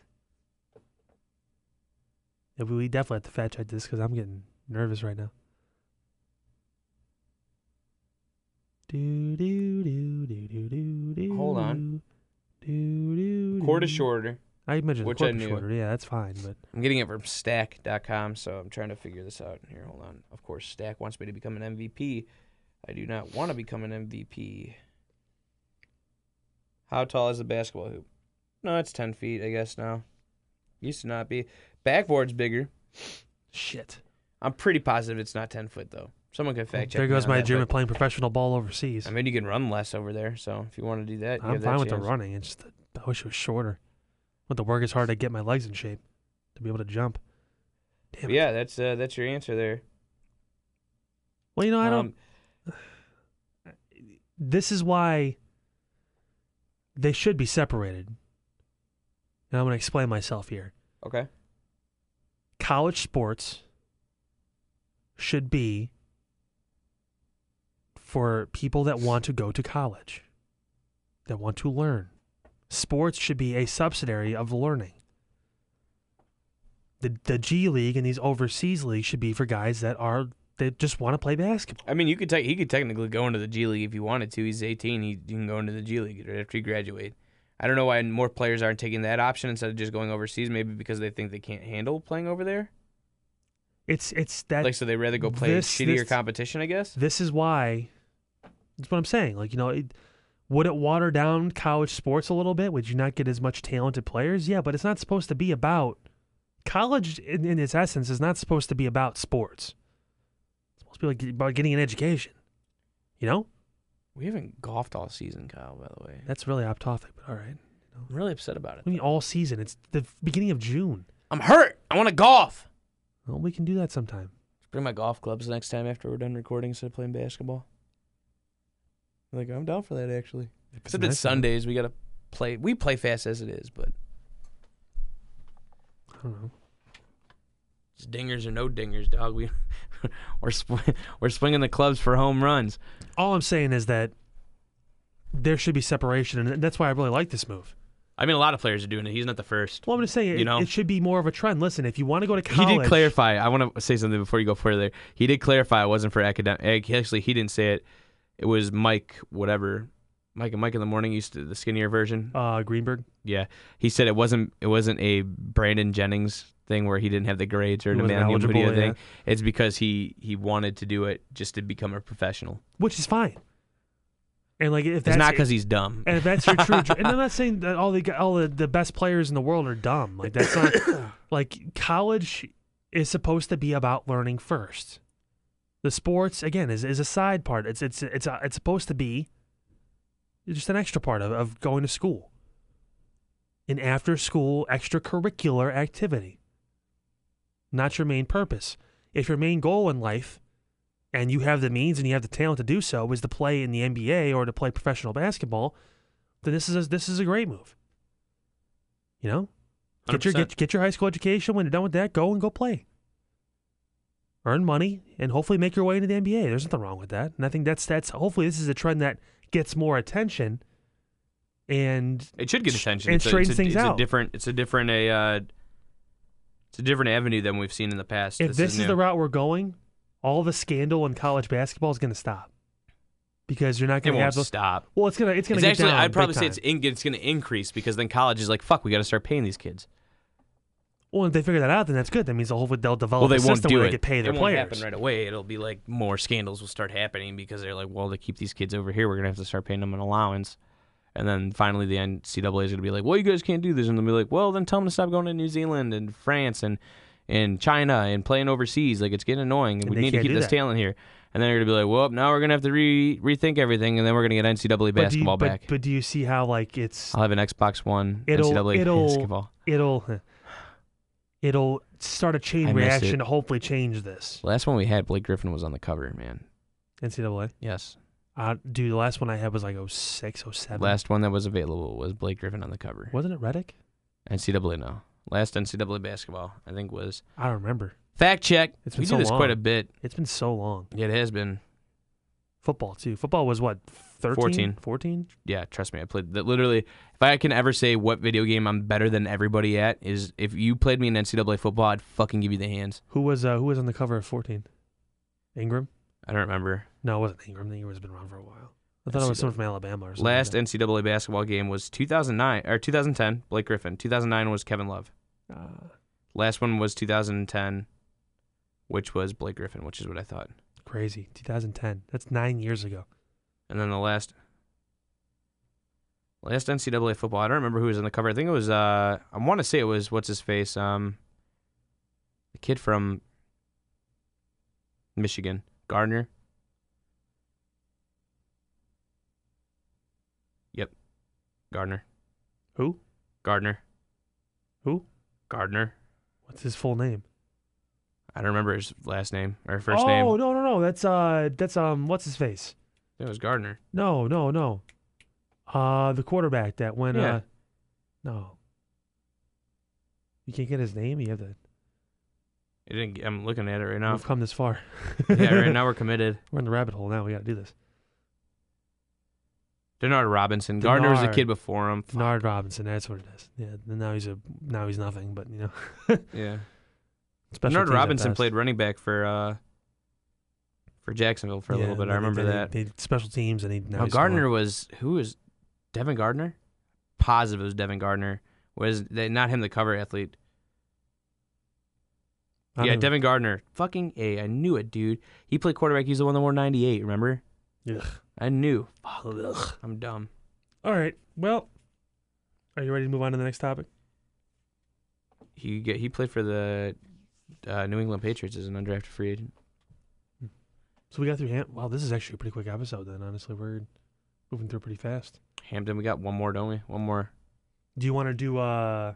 A: Yeah, we we definitely have to fact check this because I'm getting nervous right now. Do, do, do, do, do, do, do.
B: Hold on.
A: Do, do, do.
B: Court is shorter.
A: I mentioned
B: which
A: the
B: I
A: court was
B: knew.
A: shorter. Yeah, that's fine. But
B: I'm getting it from Stack.com, so I'm trying to figure this out here. Hold on. Of course, Stack wants me to become an MVP. I do not want to become an MVP. How tall is the basketball hoop? No, it's ten feet, I guess now. Used to not be. Backboard's bigger.
A: shit.
B: I'm pretty positive it's not ten foot though. Someone could fact check.
A: there
B: me
A: goes
B: on
A: my
B: that,
A: dream
B: but-
A: of playing professional ball overseas.
B: I mean, you can run less over there, so if you want to do that, you
A: I'm
B: have that
A: fine with the
B: chance.
A: running. It's just that I wish it was shorter. With the work as hard to get my legs in shape to be able to jump. Damn
B: But
A: it.
B: yeah, that's uh, that's your answer there.
A: Well, you know, I don't.
B: Um,
A: this is why they should be separated. And I'm going to explain myself here.
B: okay.
A: college sports should be for people that want to go to college, that want to learn. Sports should be a subsidiary of learning. The the G League and these overseas leagues should be for guys that are that just want to play basketball.
B: I mean, you could te- he could technically go into the G League if you wanted to. He's 18. He you can go into the G League right after you graduate. I don't know why more players aren't taking that option instead of just going overseas. Maybe because they think they can't handle playing over there.
A: It's it's that
B: like so they'd rather go play
A: this-
B: shittier
A: this-
B: competition, I guess.
A: this is why that's what i'm saying like you know it, would it water down college sports a little bit would you not get as much talented players yeah but it's not supposed to be about college in, in its essence is not supposed to be about sports it's supposed to be like about getting an education you know
B: We haven't golfed all season, Kyle. By the way,
A: that's really off topic but all right
B: I'm really upset about it.
A: we mean all season it's the beginning of june
B: I'm hurt. I want to golf.
A: well we can do that sometime
B: Bring my golf clubs next time after we're done recording instead of playing basketball. Like I'm down for that actually.
A: If
B: Except it's
A: nice enough.
B: Sundays. We gotta play. We play fast as it is, but
A: i don't know
B: it's dingers or no dingers, dog. We we're sw- we're swinging the clubs for home runs.
A: all i'm saying is that there should be separation and that's why i really like this move
B: I mean, a lot of players are doing it. He's not the first.
A: Well, I'm just saying, it,
B: You know?
A: it should be more of a trend. Listen, if you want to go to college,
B: He did clarify. I want to say something before you go further. He did clarify it wasn't for academic. Actually, he didn't say it. It was Mike, whatever. Mike and Mike in the morning used to the skinnier version.
A: Uh, Greenberg,
B: Yeah, he said it wasn't it wasn't a Brandon Jennings thing where he didn't have the grades or
A: He
B: an
A: wasn't
B: Emmanuel
A: eligible,
B: video
A: yeah.
B: thing. It's because he he wanted to do it just to become a professional.
A: which is fine. And like, if that's
B: it's not because he's dumb.
A: and if that's your true, dr- and I'm not saying that all the gu- all the, the best players in the world are dumb. Like that's not like college is supposed to be about learning first. The sports again is, is a side part. It's it's it's uh, it's supposed to be just an extra part of, of going to school. An after school extracurricular activity. Not your main purpose. If your main goal in life and you have the means and you have the talent to do so is to play in the NBA or to play professional basketball, then this is a, this is a great move. You know, get your
B: 100%.
A: get, get your high school education. When you're done with that, go and go play. Earn money and hopefully make your way into the NBA. There's nothing wrong with that, and I think that's that's hopefully this is a trend that gets more attention. And
B: It should get
A: Sh-
B: attention.
A: and
B: it's a-
A: straightens
B: it's a,
A: things
B: it's
A: out.
B: A different. It's a different a. Uh, it's a different avenue than we've seen in the past.
A: if this, is,
B: new.
A: the route we're going, all the scandal in college basketball is going to stop. because you're not
B: It
A: going to
B: won't
A: have those.
B: stop.
A: Well, it's gonna it's gonna
B: It's
A: get
B: actually,
A: down
B: I'd probably
A: big
B: say it's
A: time.
B: in, it's going to increase because then college is like, fuck, we got to start paying these kids.
A: Well, if they figure that out, then that's good. That means the whole they'll develop
B: Well, they
A: a
B: won't
A: system
B: do
A: where
B: it.
A: they can pay their
B: it won't
A: players.
B: happen right away. It'll be like more scandals will start happening because they're like, well, to keep these kids over here, we're gonna have to start paying them an allowance. And then finally, the NCAA is gonna be like, well, you guys can't do this, and they'll be like, well, then tell them to stop going to New Zealand and France and and China and playing overseas. Like it's getting annoying, and,
A: And
B: we
A: they
B: need to
A: can't
B: keep
A: do
B: this
A: that.
B: talent here. And then they're gonna be like, well, now we're gonna have to re- rethink everything, and then we're gonna get NCAA
A: But do you-
B: basketball
A: but-
B: back.
A: But, do you see how like it's
B: I'll have an Xbox One
A: it'll
B: NCAA
A: it'll
B: basketball.
A: it'll it'll start a chain
B: I missed
A: reaction
B: it.
A: to hopefully change this
B: Last one we had, Blake Griffin was on the cover, man.
A: NCAA.
B: Yes.
A: Uh, dude, the last one I had was like 06, 07.
B: Last one that was available was Blake Griffin on the cover.
A: wasn't it Reddick?
B: NCAA no. Last NCAA basketball, I think, was
A: I don't remember.
B: fact check.
A: It's been
B: we
A: so
B: do this
A: long.
B: quite a bit.
A: It's been so long.
B: It has been.
A: Football too. Football was what 13?
B: 14.
A: 14?
B: Yeah, trust me. I played that literally. If I can ever say what video game I'm better than everybody at is if you played me in NCAA football, I'd fucking give you the hands.
A: Who was uh, who was on the cover of fourteen? Ingram?
B: I don't remember.
A: No, it wasn't Ingram. Ingram's been around for a while. I thought it was someone from Alabama or something. like
B: Last
A: that.
B: NCAA basketball game was 2009 or 2010. Blake Griffin. 2009 was Kevin Love.
A: uh,
B: Last one was 2010, which was Blake Griffin, which is what I thought.
A: crazy 2010. That's nine years ago.
B: And then the last last NCAA football, I don't remember who was on the cover. I think it was uh I want to say it was what's his face? Um the kid from Michigan, Gardner. Yep. Gardner.
A: Who?
B: Gardner.
A: Who?
B: Gardner.
A: What's his full name?
B: I don't remember his last name or first
A: oh,
B: name.
A: no no no. That's uh that's um what's his face?
B: It was Gardner.
A: No no no. Uh the quarterback that went
B: Yeah.
A: uh no. You can't get his name. You have to.
B: It didn't, I'm looking at it right now.
A: We've come this far.
B: yeah, right now we're committed.
A: We're in the rabbit hole now. We got to do this.
B: Denard Robinson. Gardner was a
A: Denard.
B: kid before him. Fuck.
A: Denard Robinson. That's what it is. Yeah. then Now he's a now he's nothing. But you know,
B: Yeah.
A: special
B: Denard
A: teams at
B: Robinson
A: best.
B: played running back for uh for Jacksonville for a
A: Yeah,
B: little bit.
A: they-
B: I remember
A: they-
B: that.
A: They, did special teams and he now
B: Now
A: he's still
B: Gardner
A: on.
B: was who was Devin Gardner? Positive it was Devin Gardner. Was they, not him the cover athlete?
A: I don't
B: yeah,
A: even-
B: Devin Gardner. Fucking a, I knew it, dude. He played quarterback. He's the one that wore ninety eight. Remember?
A: Ugh.
B: I knew.
A: Ugh.
B: I'm dumb.
A: All right. Well, are you ready to move on to the next topic?
B: He get, he played for the uh, New England Patriots as an undrafted free agent.
A: So we got through Ham. Wow, this is actually a pretty quick episode. Then honestly, we're moving through pretty fast.
B: Hampton, we got one more, don't we? One more.
A: Do you want to do uh
B: I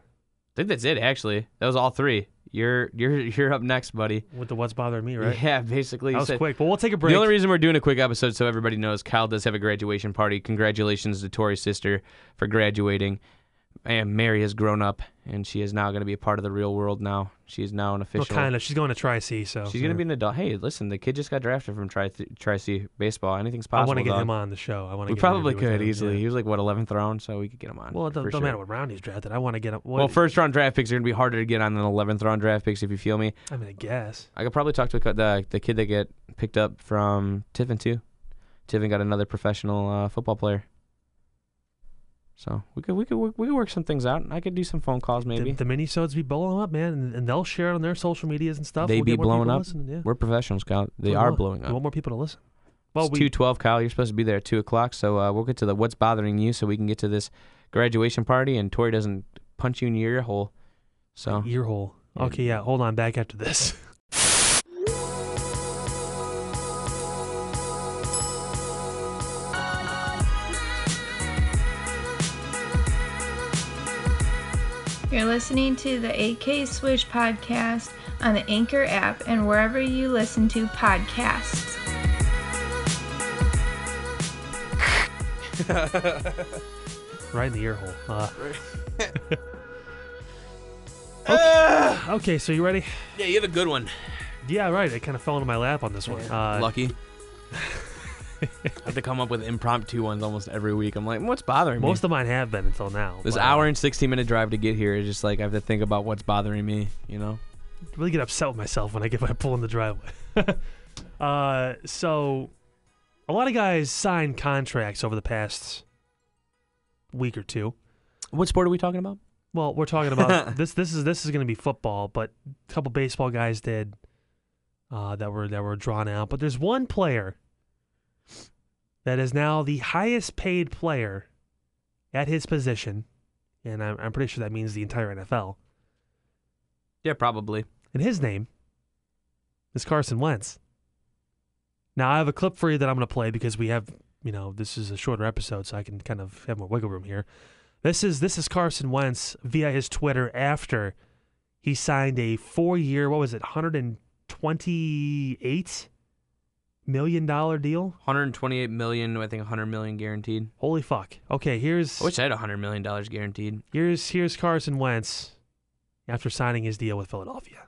B: think that's it. Actually, that was all three. You're you're you're up next, buddy.
A: with the what's bothering me? Right.
B: Yeah, basically.
A: that
B: you
A: was
B: said-
A: quick. But we'll take a break.
B: The only reason we're doing a quick episode so everybody knows Kyle does have a graduation party. Congratulations to Tori's sister for graduating. And Mary has grown up and she is now going to be a part of the real world now. She is now an
A: well,
B: official.
A: kind of. She's going to try C. So
B: She's going to be an adult. Hey, listen, the kid just got drafted from Tri Tri C baseball. Anything's
A: I
B: possible.
A: want to get
B: dog.
A: him on the show. I want to.
B: We probably could easily. He was like what 11th round, so we could get him on.
A: Well, it
B: for
A: doesn't
B: sure.
A: matter what round he's drafted. I want to get him. What,
B: Well, first round draft picks are going to be harder to get on than 11th round draft picks if you feel me.
A: I mean, I guess.
B: I could probably talk to a, co- the the kid that get picked up from Tiffin too. Tiffin got another professional uh, football player, so we could we could work, we could work some things out. and I could do some phone calls maybe.
A: The, the minisodes be blowing them up, man, and, and they'll share it on their social medias and stuff.
B: They
A: We'll
B: be
A: get more
B: blowing
A: people
B: up.
A: listening, Yeah.
B: We're professionals, Kyle. They
A: We
B: are
A: want-
B: blowing
A: We
B: up.
A: want more people to listen. Well,
B: Well,
A: we
B: two twelve, Kyle. You're supposed to be there at two o'clock, so uh, we'll get to the what's bothering you, so we can get to this graduation party, and Tori doesn't punch you in your ear hole. So
A: ear hole.
B: Yeah.
A: Okay, yeah. Hold on. Back after this.
C: You're listening to the AK Swish podcast on the Anchor app and wherever you listen to podcasts.
A: right in the ear hole. Uh,
B: Ah!
A: okay. okay, so you ready?
B: yeah, you have a good one.
A: Yeah, right. It kind of fell into my lap on this one. Uh,
B: Lucky. I have to come up with impromptu ones almost every week. I'm like, what's bothering me?
A: Most of mine have been until now.
B: This
A: but, uh,
B: hour and 16 minute drive to get here is just like I have to think about what's bothering me, you know?
A: really get upset with myself when I get my pull in the driveway. uh, so A lot of guys signed contracts over the past week or two.
B: What sport are we talking about?
A: Well, we're talking about this. This is this is going to be football, but a couple baseball guys did uh, that were that were drawn out. But there's one player that is now the highest paid player at his position, and I'm, I'm pretty sure that means the entire NFL.
B: Yeah, probably.
A: And his name is Carson Wentz. Now I have a clip for you that I'm going to play because we have, you know, this is a shorter episode, so I can kind of have more wiggle room here. This is this is Carson Wentz via his Twitter after he signed a four-year, what was it, 128 million dollar deal.
B: 128 million, I think 100 million guaranteed.
A: Holy fuck! Okay, here's
B: I wish I had 100 million dollars guaranteed.
A: here's here's Carson Wentz after signing his deal with Philadelphia.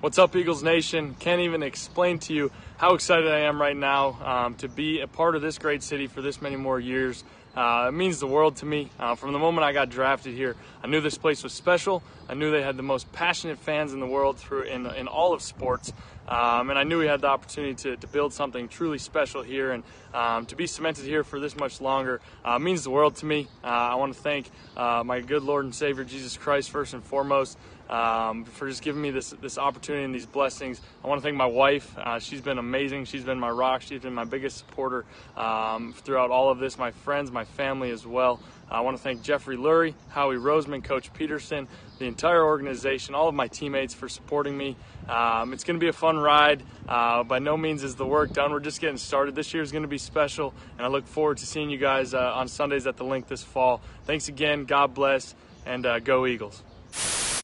F: What's up, Eagles Nation? Can't even explain to you how excited I am right now um, to be a part of this great city for this many more years. Uh, it means the world to me. Uh, from the moment I got drafted here, I knew this place was special. I knew they had the most passionate fans in the world through in, in all of sports. Um, and I knew we had the opportunity to, to build something truly special here. And um, to be cemented here for this much longer uh, means the world to me. Uh, I want to thank uh, my good Lord and Savior Jesus Christ, first and foremost, um, for just giving me this this opportunity and these blessings. I want to thank my wife. Uh, she's been amazing. She's been my rock. She's been my biggest supporter um, throughout all of this. My friends, my family as well. I want to thank Jeffrey Lurie, Howie Roseman, Coach Peterson, the entire organization, all of my teammates for supporting me. Um, it's going to be a fun ride. Uh, by no means is the work done. We're just getting started. This year is going to be special, and I look forward to seeing you guys uh, on Sundays at the link this fall. Thanks again. God bless, and uh, go Eagles.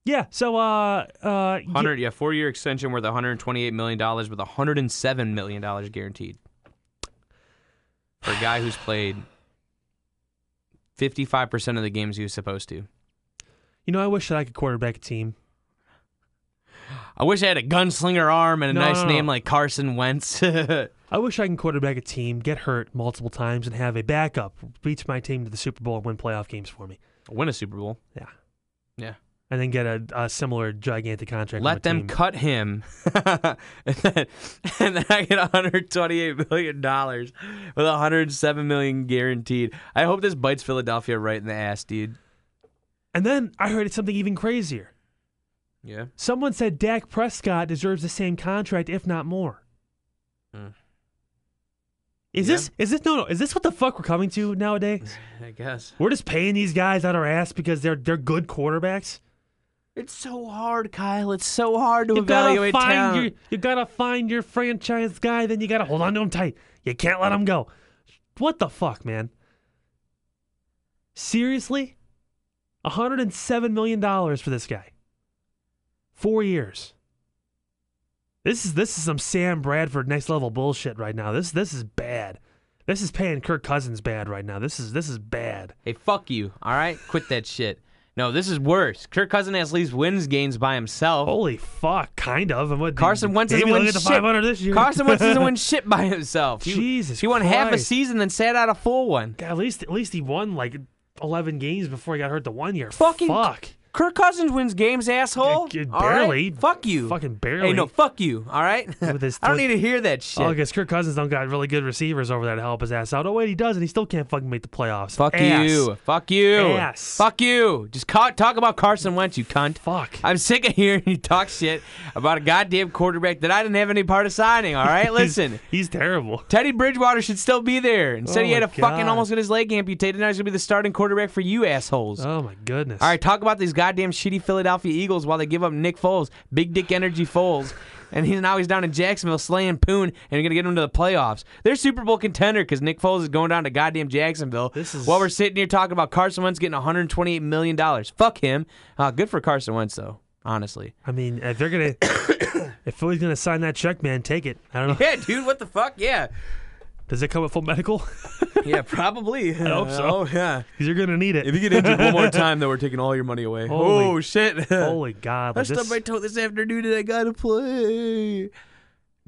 A: Yeah. So uh uh
B: 100, yeah, four year extension worth 128 million dollars with 107 million dollars guaranteed for a guy who's played 55 percent of the games he was supposed to.
A: you know I wish that I could quarterback a team.
B: I wish I had a gunslinger arm and a
A: No,
B: nice
A: no, no.
B: name like Carson Wentz.
A: I wish I can quarterback a team, get hurt multiple times, and have a backup reach my team to the Super Bowl and win playoff games for me.
B: Win a Super Bowl.
A: Yeah.
B: Yeah.
A: And then get a, a similar gigantic contract.
B: Let them
A: cut.
B: cut him, and, then, and then I get 128 million dollars with 107 million guaranteed. I hope this bites Philadelphia right in the ass, dude.
A: And then I heard something even crazier.
B: Yeah,
A: Someone said Dak Prescott deserves the same contract, if not more.
B: Hmm.
A: Is
B: Yeah.
A: this is this no no is this what the fuck we're coming to nowadays?
B: I guess
A: We're just paying these guys out our ass because they're they're good quarterbacks.
B: it's so hard, Kyle. It's so hard to
A: You gotta
B: evaluate
A: find
B: talent.
A: your you gotta find your franchise guy, then you gotta hold on to him tight. You can't let him go. What the fuck, man? Seriously? $107 million for this guy. Four years. This is this is some Sam Bradford next level bullshit right now. This this is bad. This is paying Kirk Cousins bad right now. This is this is bad.
B: Hey, fuck you. All right, quit that shit. No, this is worse. Kirk Cousins has least wins games by himself.
A: Holy fuck, kind of. And what
B: Carson Wentz
A: maybe
B: doesn't
A: they'll
B: win
A: get the
B: shit.
A: 500 this year.
B: Carson Wentz doesn't win shit by himself. He-
A: Jesus
B: he won half a
A: Christ.
B: season, then sat out a full one.
A: God, at least at least he won like eleven games before he got hurt the one year.
B: Fucking-
A: fuck.
B: Kirk Cousins wins games, asshole.
A: Yeah, yeah,
B: All right?
A: barely.
B: Fuck you.
A: Fucking barely.
B: Hey, no, fuck you. All right.
A: With his
B: I don't
A: twi-
B: need to hear that shit.
A: Oh, I guess Kirk Cousins don't got really good receivers over there to help his ass out. Oh wait, he does, and he still can't fucking make the playoffs.
B: Fuck
A: Ass.
B: you. Fuck you.
A: Ass.
B: Fuck you. Just ca- talk about Carson Wentz, you cunt.
A: Fuck.
B: I'm sick of hearing you talk shit about a goddamn quarterback that I didn't have any part of signing. All right, listen.
A: he's, he's terrible.
B: Teddy Bridgewater should still be there. Instead,
A: Oh
B: he had
A: my
B: a fucking
A: God.
B: almost got his leg amputated. Now he's gonna be the starting quarterback for you assholes.
A: Oh my goodness.
B: All right, talk about these goddamn shitty Philadelphia Eagles while they give up Nick Foles, big dick energy Foles, and he's now he's down in Jacksonville slaying Poon, and you're gonna get him to the playoffs. They're Super Bowl contender because Nick Foles is going down to goddamn Jacksonville.
A: This is-
B: while we're sitting here talking about Carson Wentz getting 128 million dollars. Fuck him. Uh, good for Carson Wentz though, honestly.
A: I mean, if they're gonna, if Philly's gonna sign that check, man, take it. I don't know.
B: Yeah, dude, what the fuck? Yeah,
A: Does it come with full medical?
B: yeah, probably. I
A: hope so.
B: Oh yeah.
A: Because you're gonna need it.
B: If you get injured one more time, then we're taking all your money away.
A: Holy-
B: oh shit!
A: Holy God!
B: I
A: Like
B: stubbed
A: this,
B: my toe this afternoon and I gotta play.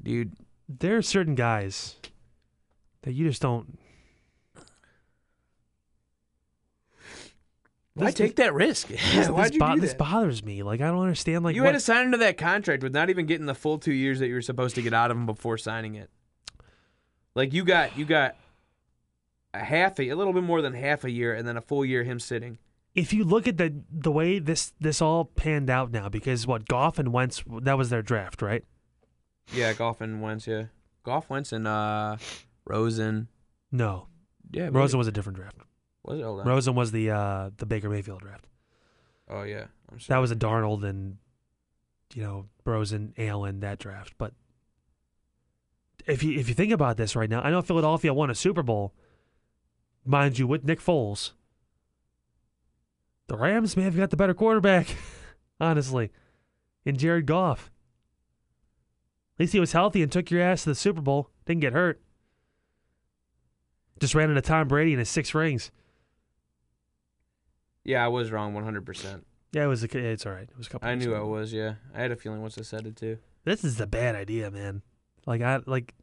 B: Dude,
A: there are certain guys that you just don't.
B: why
A: This-
B: take that risk? Why'd
A: this,
B: you
A: bo-
B: do
A: this
B: that?
A: bothers me. Like I don't understand. Like
B: you
A: what,
B: had to sign into that contract with not even getting the full two years that you were supposed to get out of him before signing it. Like you got you got a half a, a little bit more than half a year, and then a full year him sitting.
A: if you look at the the way this this all panned out now, because what Goff and Wentz that was their draft, right?
B: Yeah, Goff and Wentz. Yeah, Goff, Wentz, and uh, Rosen.
A: No,
B: Yeah,
A: Rosen was a different draft.
B: was it? Hold on.
A: Rosen was the uh, the Baker Mayfield draft.
B: oh yeah, I'm sorry.
A: That was a Darnold and you know Rosen, Allen that draft. But if you if you think about this right now, I know Philadelphia won a Super Bowl, mind you, with Nick Foles. The Rams may have got the better quarterback, honestly, in Jared Goff. At least he was healthy and took your ass to the Super Bowl. Didn't get hurt. Just ran into Tom Brady and his six rings.
B: Yeah, I was wrong 100. percent
A: Yeah, it was. A, it's all right. It was a couple.
B: I
A: weeks
B: knew
A: ago.
B: I was. Yeah, I had a feeling once I said it too.
A: this is a bad idea, man. Like I like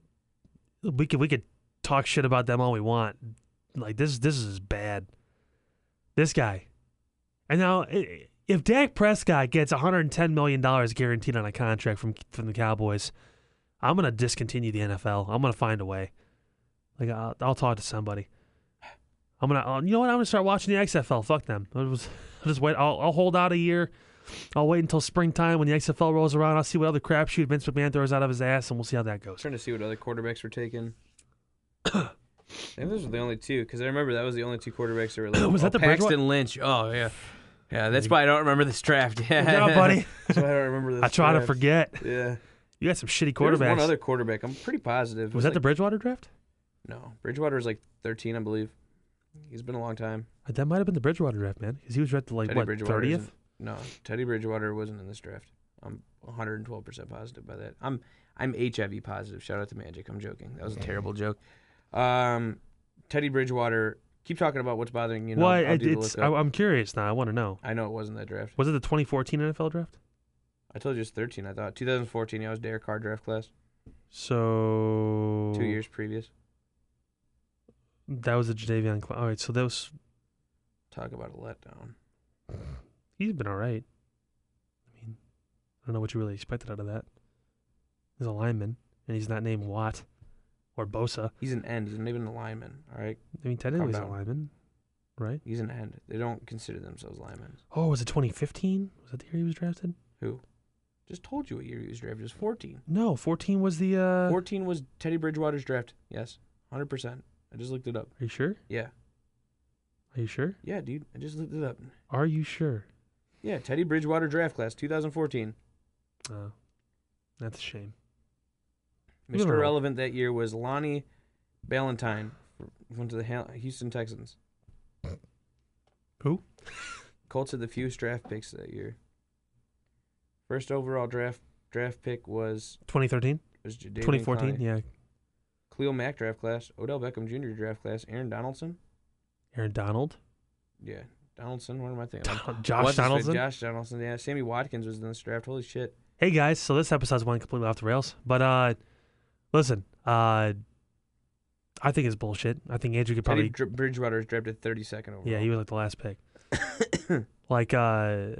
A: we could we could talk shit about them all we want. Like this this is bad. This guy. And now i- if Dak Prescott gets 110 million dollars guaranteed on a contract from from the Cowboys, I'm going to discontinue the NFL. I'm going to find a way. Like I'll, I'll talk to somebody. I'm gonna, I'll, you know what? I'm gonna start watching the XFL. Fuck them. I'll just, I'll just wait. I'll, I'll hold out a year. I'll wait until springtime when the XFL rolls around. I'll see what other crapshoot Vince McMahon throws out of his ass, and we'll see how that goes.
B: trying to see what other quarterbacks were taken. I think those were the only two because I remember that was the only two quarterbacks that were. Like,
A: Was
B: oh,
A: that the
B: Paxton
A: Bridgewater-
B: Lynch? Oh yeah, yeah. That's why I don't remember this draft. Yeah,
A: Good job, buddy.
B: that's why I don't remember this.
A: I try to
B: draft.
A: forget.
B: Yeah,
A: You got some shitty
B: There was
A: quarterbacks.
B: one
A: Was,
B: other quarterback. I'm pretty positive. It
A: that the Bridgewater draft?
B: the no Bridgewater was like 13, I believe. He's been a long time.
A: Uh, That might have been the Bridgewater draft, man, because he was drafted like
B: Teddy
A: what
B: Bridgewater
A: thirtieth.
B: isn't- No, Teddy Bridgewater wasn't in this draft. I'm 112 percent positive by that. I'm I'm HIV positive. Shout out to Magic. I'm joking. That was a terrible joke. Um, Teddy Bridgewater. Keep talking about what's bothering you. and
A: well,
B: I'll-
A: I,
B: I'll do the
A: it's,
B: lookup.
A: I, I'm curious now. I want to know.
B: I know it wasn't that draft.
A: Was it the 2014 NFL draft?
B: I told you it's 13. I thought 2014. I was Derek Carr draft class.
A: So
B: Two years previous.
A: That was the Jadavion. Clown. All right, so that was
B: Talk about a letdown.
A: he's been all right. I mean, I don't know what you really expected out of that. He's a lineman, and he's not named Watt or Bosa.
B: He's an end. He's not even a lineman. All right.
A: I mean, technically, he's a
B: down.
A: lineman, right?
B: He's an end. They don't consider themselves linemen.
A: Oh, was it 2015? Was that the year he was drafted?
B: Who? Just told you what year he was drafted. It was 14.
A: No, 14 was the. Uh, Are
B: 14 was Teddy Bridgewater's draft. Yes, 100%. I just looked it up.
A: you sure?
B: Yeah.
A: Are you sure?
B: Yeah, dude. I just looked it up.
A: Are you sure?
B: Yeah, Teddy Bridgewater draft class 2014.
A: Oh, that's a shame. You
B: Mr.
A: never know.
B: Relevant that year was Lonnie Ballantyne. Went to the Ha- Houston Texans.
A: Who?
B: Colts had the fewest draft picks that year. First overall draft draft pick was
A: 2013,
B: was Jadavion
A: 2014.
B: Clowney.
A: Yeah,
B: Cleo Mack draft class. Odell Beckham Jr. draft class. Aaron Donaldson.
A: Aaron Donald,
B: Yeah, Donaldson. What am I thinking? of?
A: Don- Josh
B: What's his face?
A: Donaldson.
B: Josh Donaldson. Yeah, Sammy Watkins was in this draft. Holy shit.
A: Hey guys, so this episode's went completely off the rails. But uh listen, uh I think it's bullshit. I think Andrew could probably
B: Teddy Dr- Bridgewater is drafted 32nd overall.
A: Yeah, he was like the last pick. like uh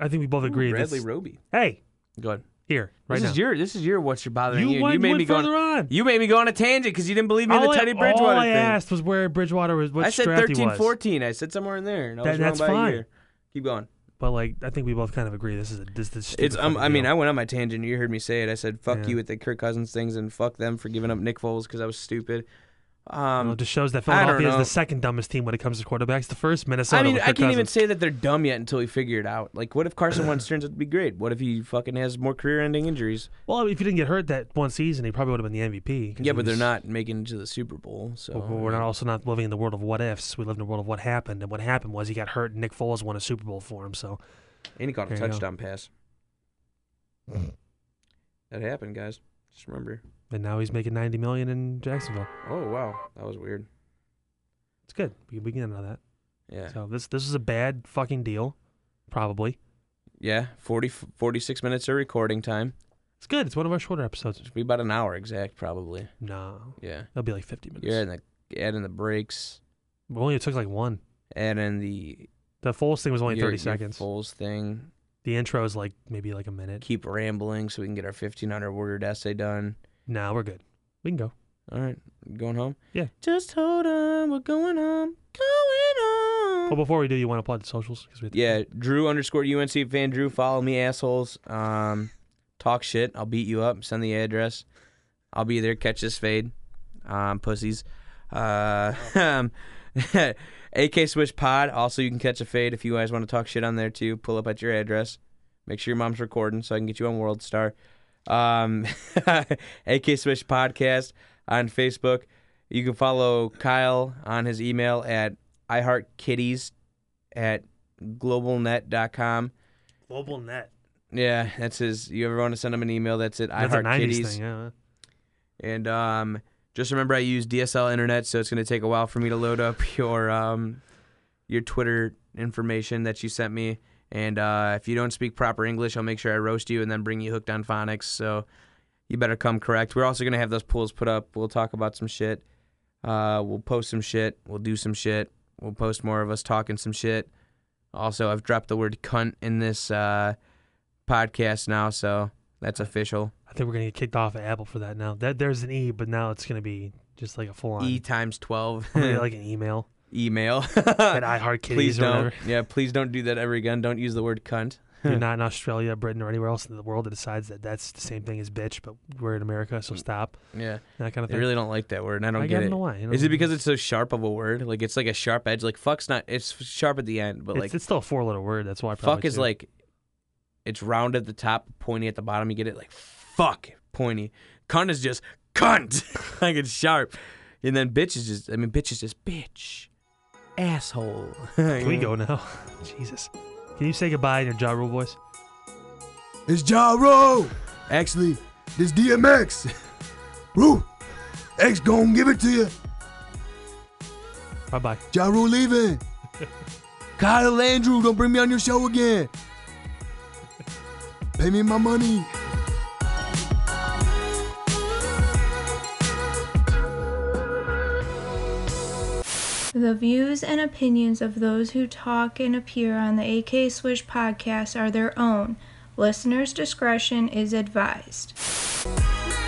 A: I think we both
B: Ooh,
A: agree this.
B: Bradley Roby.
A: Hey,
B: Go ahead.
A: here, right
B: This
A: now.
B: is your. This is your. What's your bothering
A: you
B: you?
A: went
B: You made
A: one
B: me go.
A: further
B: On,
A: on.
B: you made me go on a tangent because you didn't believe me in
A: all
B: the Teddy
A: I,
B: Bridgewater
A: all I
B: thing.
A: asked was where Bridgewater was what
B: I said
A: draft
B: 13,
A: he was.
B: 14. I said somewhere in there. And I
A: That-
B: was wrong
A: that's
B: by a
A: fine.
B: year. Keep going.
A: But like I think we both kind of agree this is a this, this
B: It's. Um, I mean, I
A: I
B: went on my tangent. You heard me say it. I said fuck
A: Yeah.
B: you with the Kirk Cousins things and fuck them for giving up Nick Foles because I was stupid. Um,
A: it just shows that
B: I don't
A: Philadelphia is
B: know.
A: the second dumbest team when it comes to quarterbacks. The first Minnesota.
B: I mean,
A: with
B: I
A: Kirk
B: can't even
A: Cousins.
B: say that they're dumb yet until we figure it out. Like, what if Carson Wentz turns out to be great? What if he fucking has more career-ending injuries?
A: Well, if you didn't get hurt that one season, he probably would have been the MVP. 'cause
B: Yeah,
A: he
B: but they're
A: was-
B: not making it to the Super Bowl, so
A: But Oh, we're not also not living in the world of what ifs. We live in the world of what happened, and what happened was he got hurt, and Nick Foles won a Super Bowl for him. So
B: And he caught a
A: There you go.
B: touchdown pass. that happened, guys. Just remember.
A: and now he's making ninety million in Jacksonville.
B: Oh wow, that was weird.
A: It's good. We can, we can end on that.
B: Yeah.
A: So this this is a bad fucking deal, probably.
B: Yeah. 40, 46 minutes of recording time.
A: It's good. It's one of our shorter episodes.
B: It'll be about an hour exact, probably.
A: No,
B: Yeah.
A: it'll be like fifty minutes.
B: You're adding the adding the breaks,
A: Well, only it took like one.
B: adding the
A: The Foles thing was only
B: your-
A: thirty
B: your
A: seconds.
B: Foles thing.
A: The intro is like maybe like a minute.
B: Keep rambling so we can get our fifteen hundred word essay done.
A: Now we're good. We can go.
B: All right, going home.
A: Yeah.
B: Just hold on, we're going home, going
A: Well,
B: home.
A: before we do, you want to plug the socials? 'Cause we have to-
B: Yeah, Drew underscore UNC fan Drew. Follow me, assholes. Um, talk shit. I'll beat you up. Send the address. I'll be there. Catch this fade, um, pussies. Uh, um, AK Switch Pod. Also, you can catch a fade if you guys want to talk shit on there too. Pull up at your address. Make sure your mom's recording so I can get you on World Star. Um, AK Switch Podcast on Facebook. You can follow Kyle on his email at iHeartKitties at globalnet.com.
A: Global Net.
B: Yeah, that's his. You ever want to send him an email? That's it.
A: That's a '90s
B: iHeartKitties.
A: thing. Yeah.
B: And um, just remember, I use DSL internet, so it's going to take a while for me to load up your um, your Twitter information that you sent me. And uh, if you don't speak proper English, I'll make sure I roast you and then bring you hooked on phonics. So you better come correct. We're also going to have those pools put up. We'll talk about some shit. Uh, we'll post some shit. We'll do some shit. We'll post more of us talking some shit. Also, I've dropped the word cunt in this uh, podcast now, so that's official.
A: I think we're gonna get kicked off at Apple for that now. That there's an E, but now it's gonna be just like a full on.
B: E times 12.
A: like an email
B: email.
A: at iHeartKitties.
B: Uh, please
A: or
B: don't.
A: whatever.
B: Yeah, please don't do that ever again. Don't use the word cunt.
A: You're not in Australia, Britain, or anywhere else in the world that decides that that's the same thing as bitch, but we're in America, so stop.
B: Yeah,
A: That kind of
B: Mm. they
A: thing.
B: really don't like that word, and I don't
A: I
B: get
A: don't
B: it.
A: know why. you know?
B: Is it because it's so sharp of a word? Like it's like a sharp edge. Like fuck's not. It's sharp at the end, but
A: it's,
B: like
A: it's still a four letter word? That's why. Probably
B: fuck is
A: too.
B: like it's round at the top, pointy at the bottom. You get it? Like fuck, pointy. Cunt is just cunt. like it's sharp, and then bitch is just. I mean, bitch is just bitch, asshole.
A: Can we go now? Jesus. Can you say goodbye in your Ja Rule voice?
B: It's Ja Rule. Actually, this DMX. Woo. X gon' give it to you.
A: Bye bye.
B: Ja Rule leaving. Kyle Andrew, don't bring me on your show again. Pay me my money.
C: The views and opinions of those who talk and appear on the AK Swish podcast are their own. Listener's discretion is advised.
D: my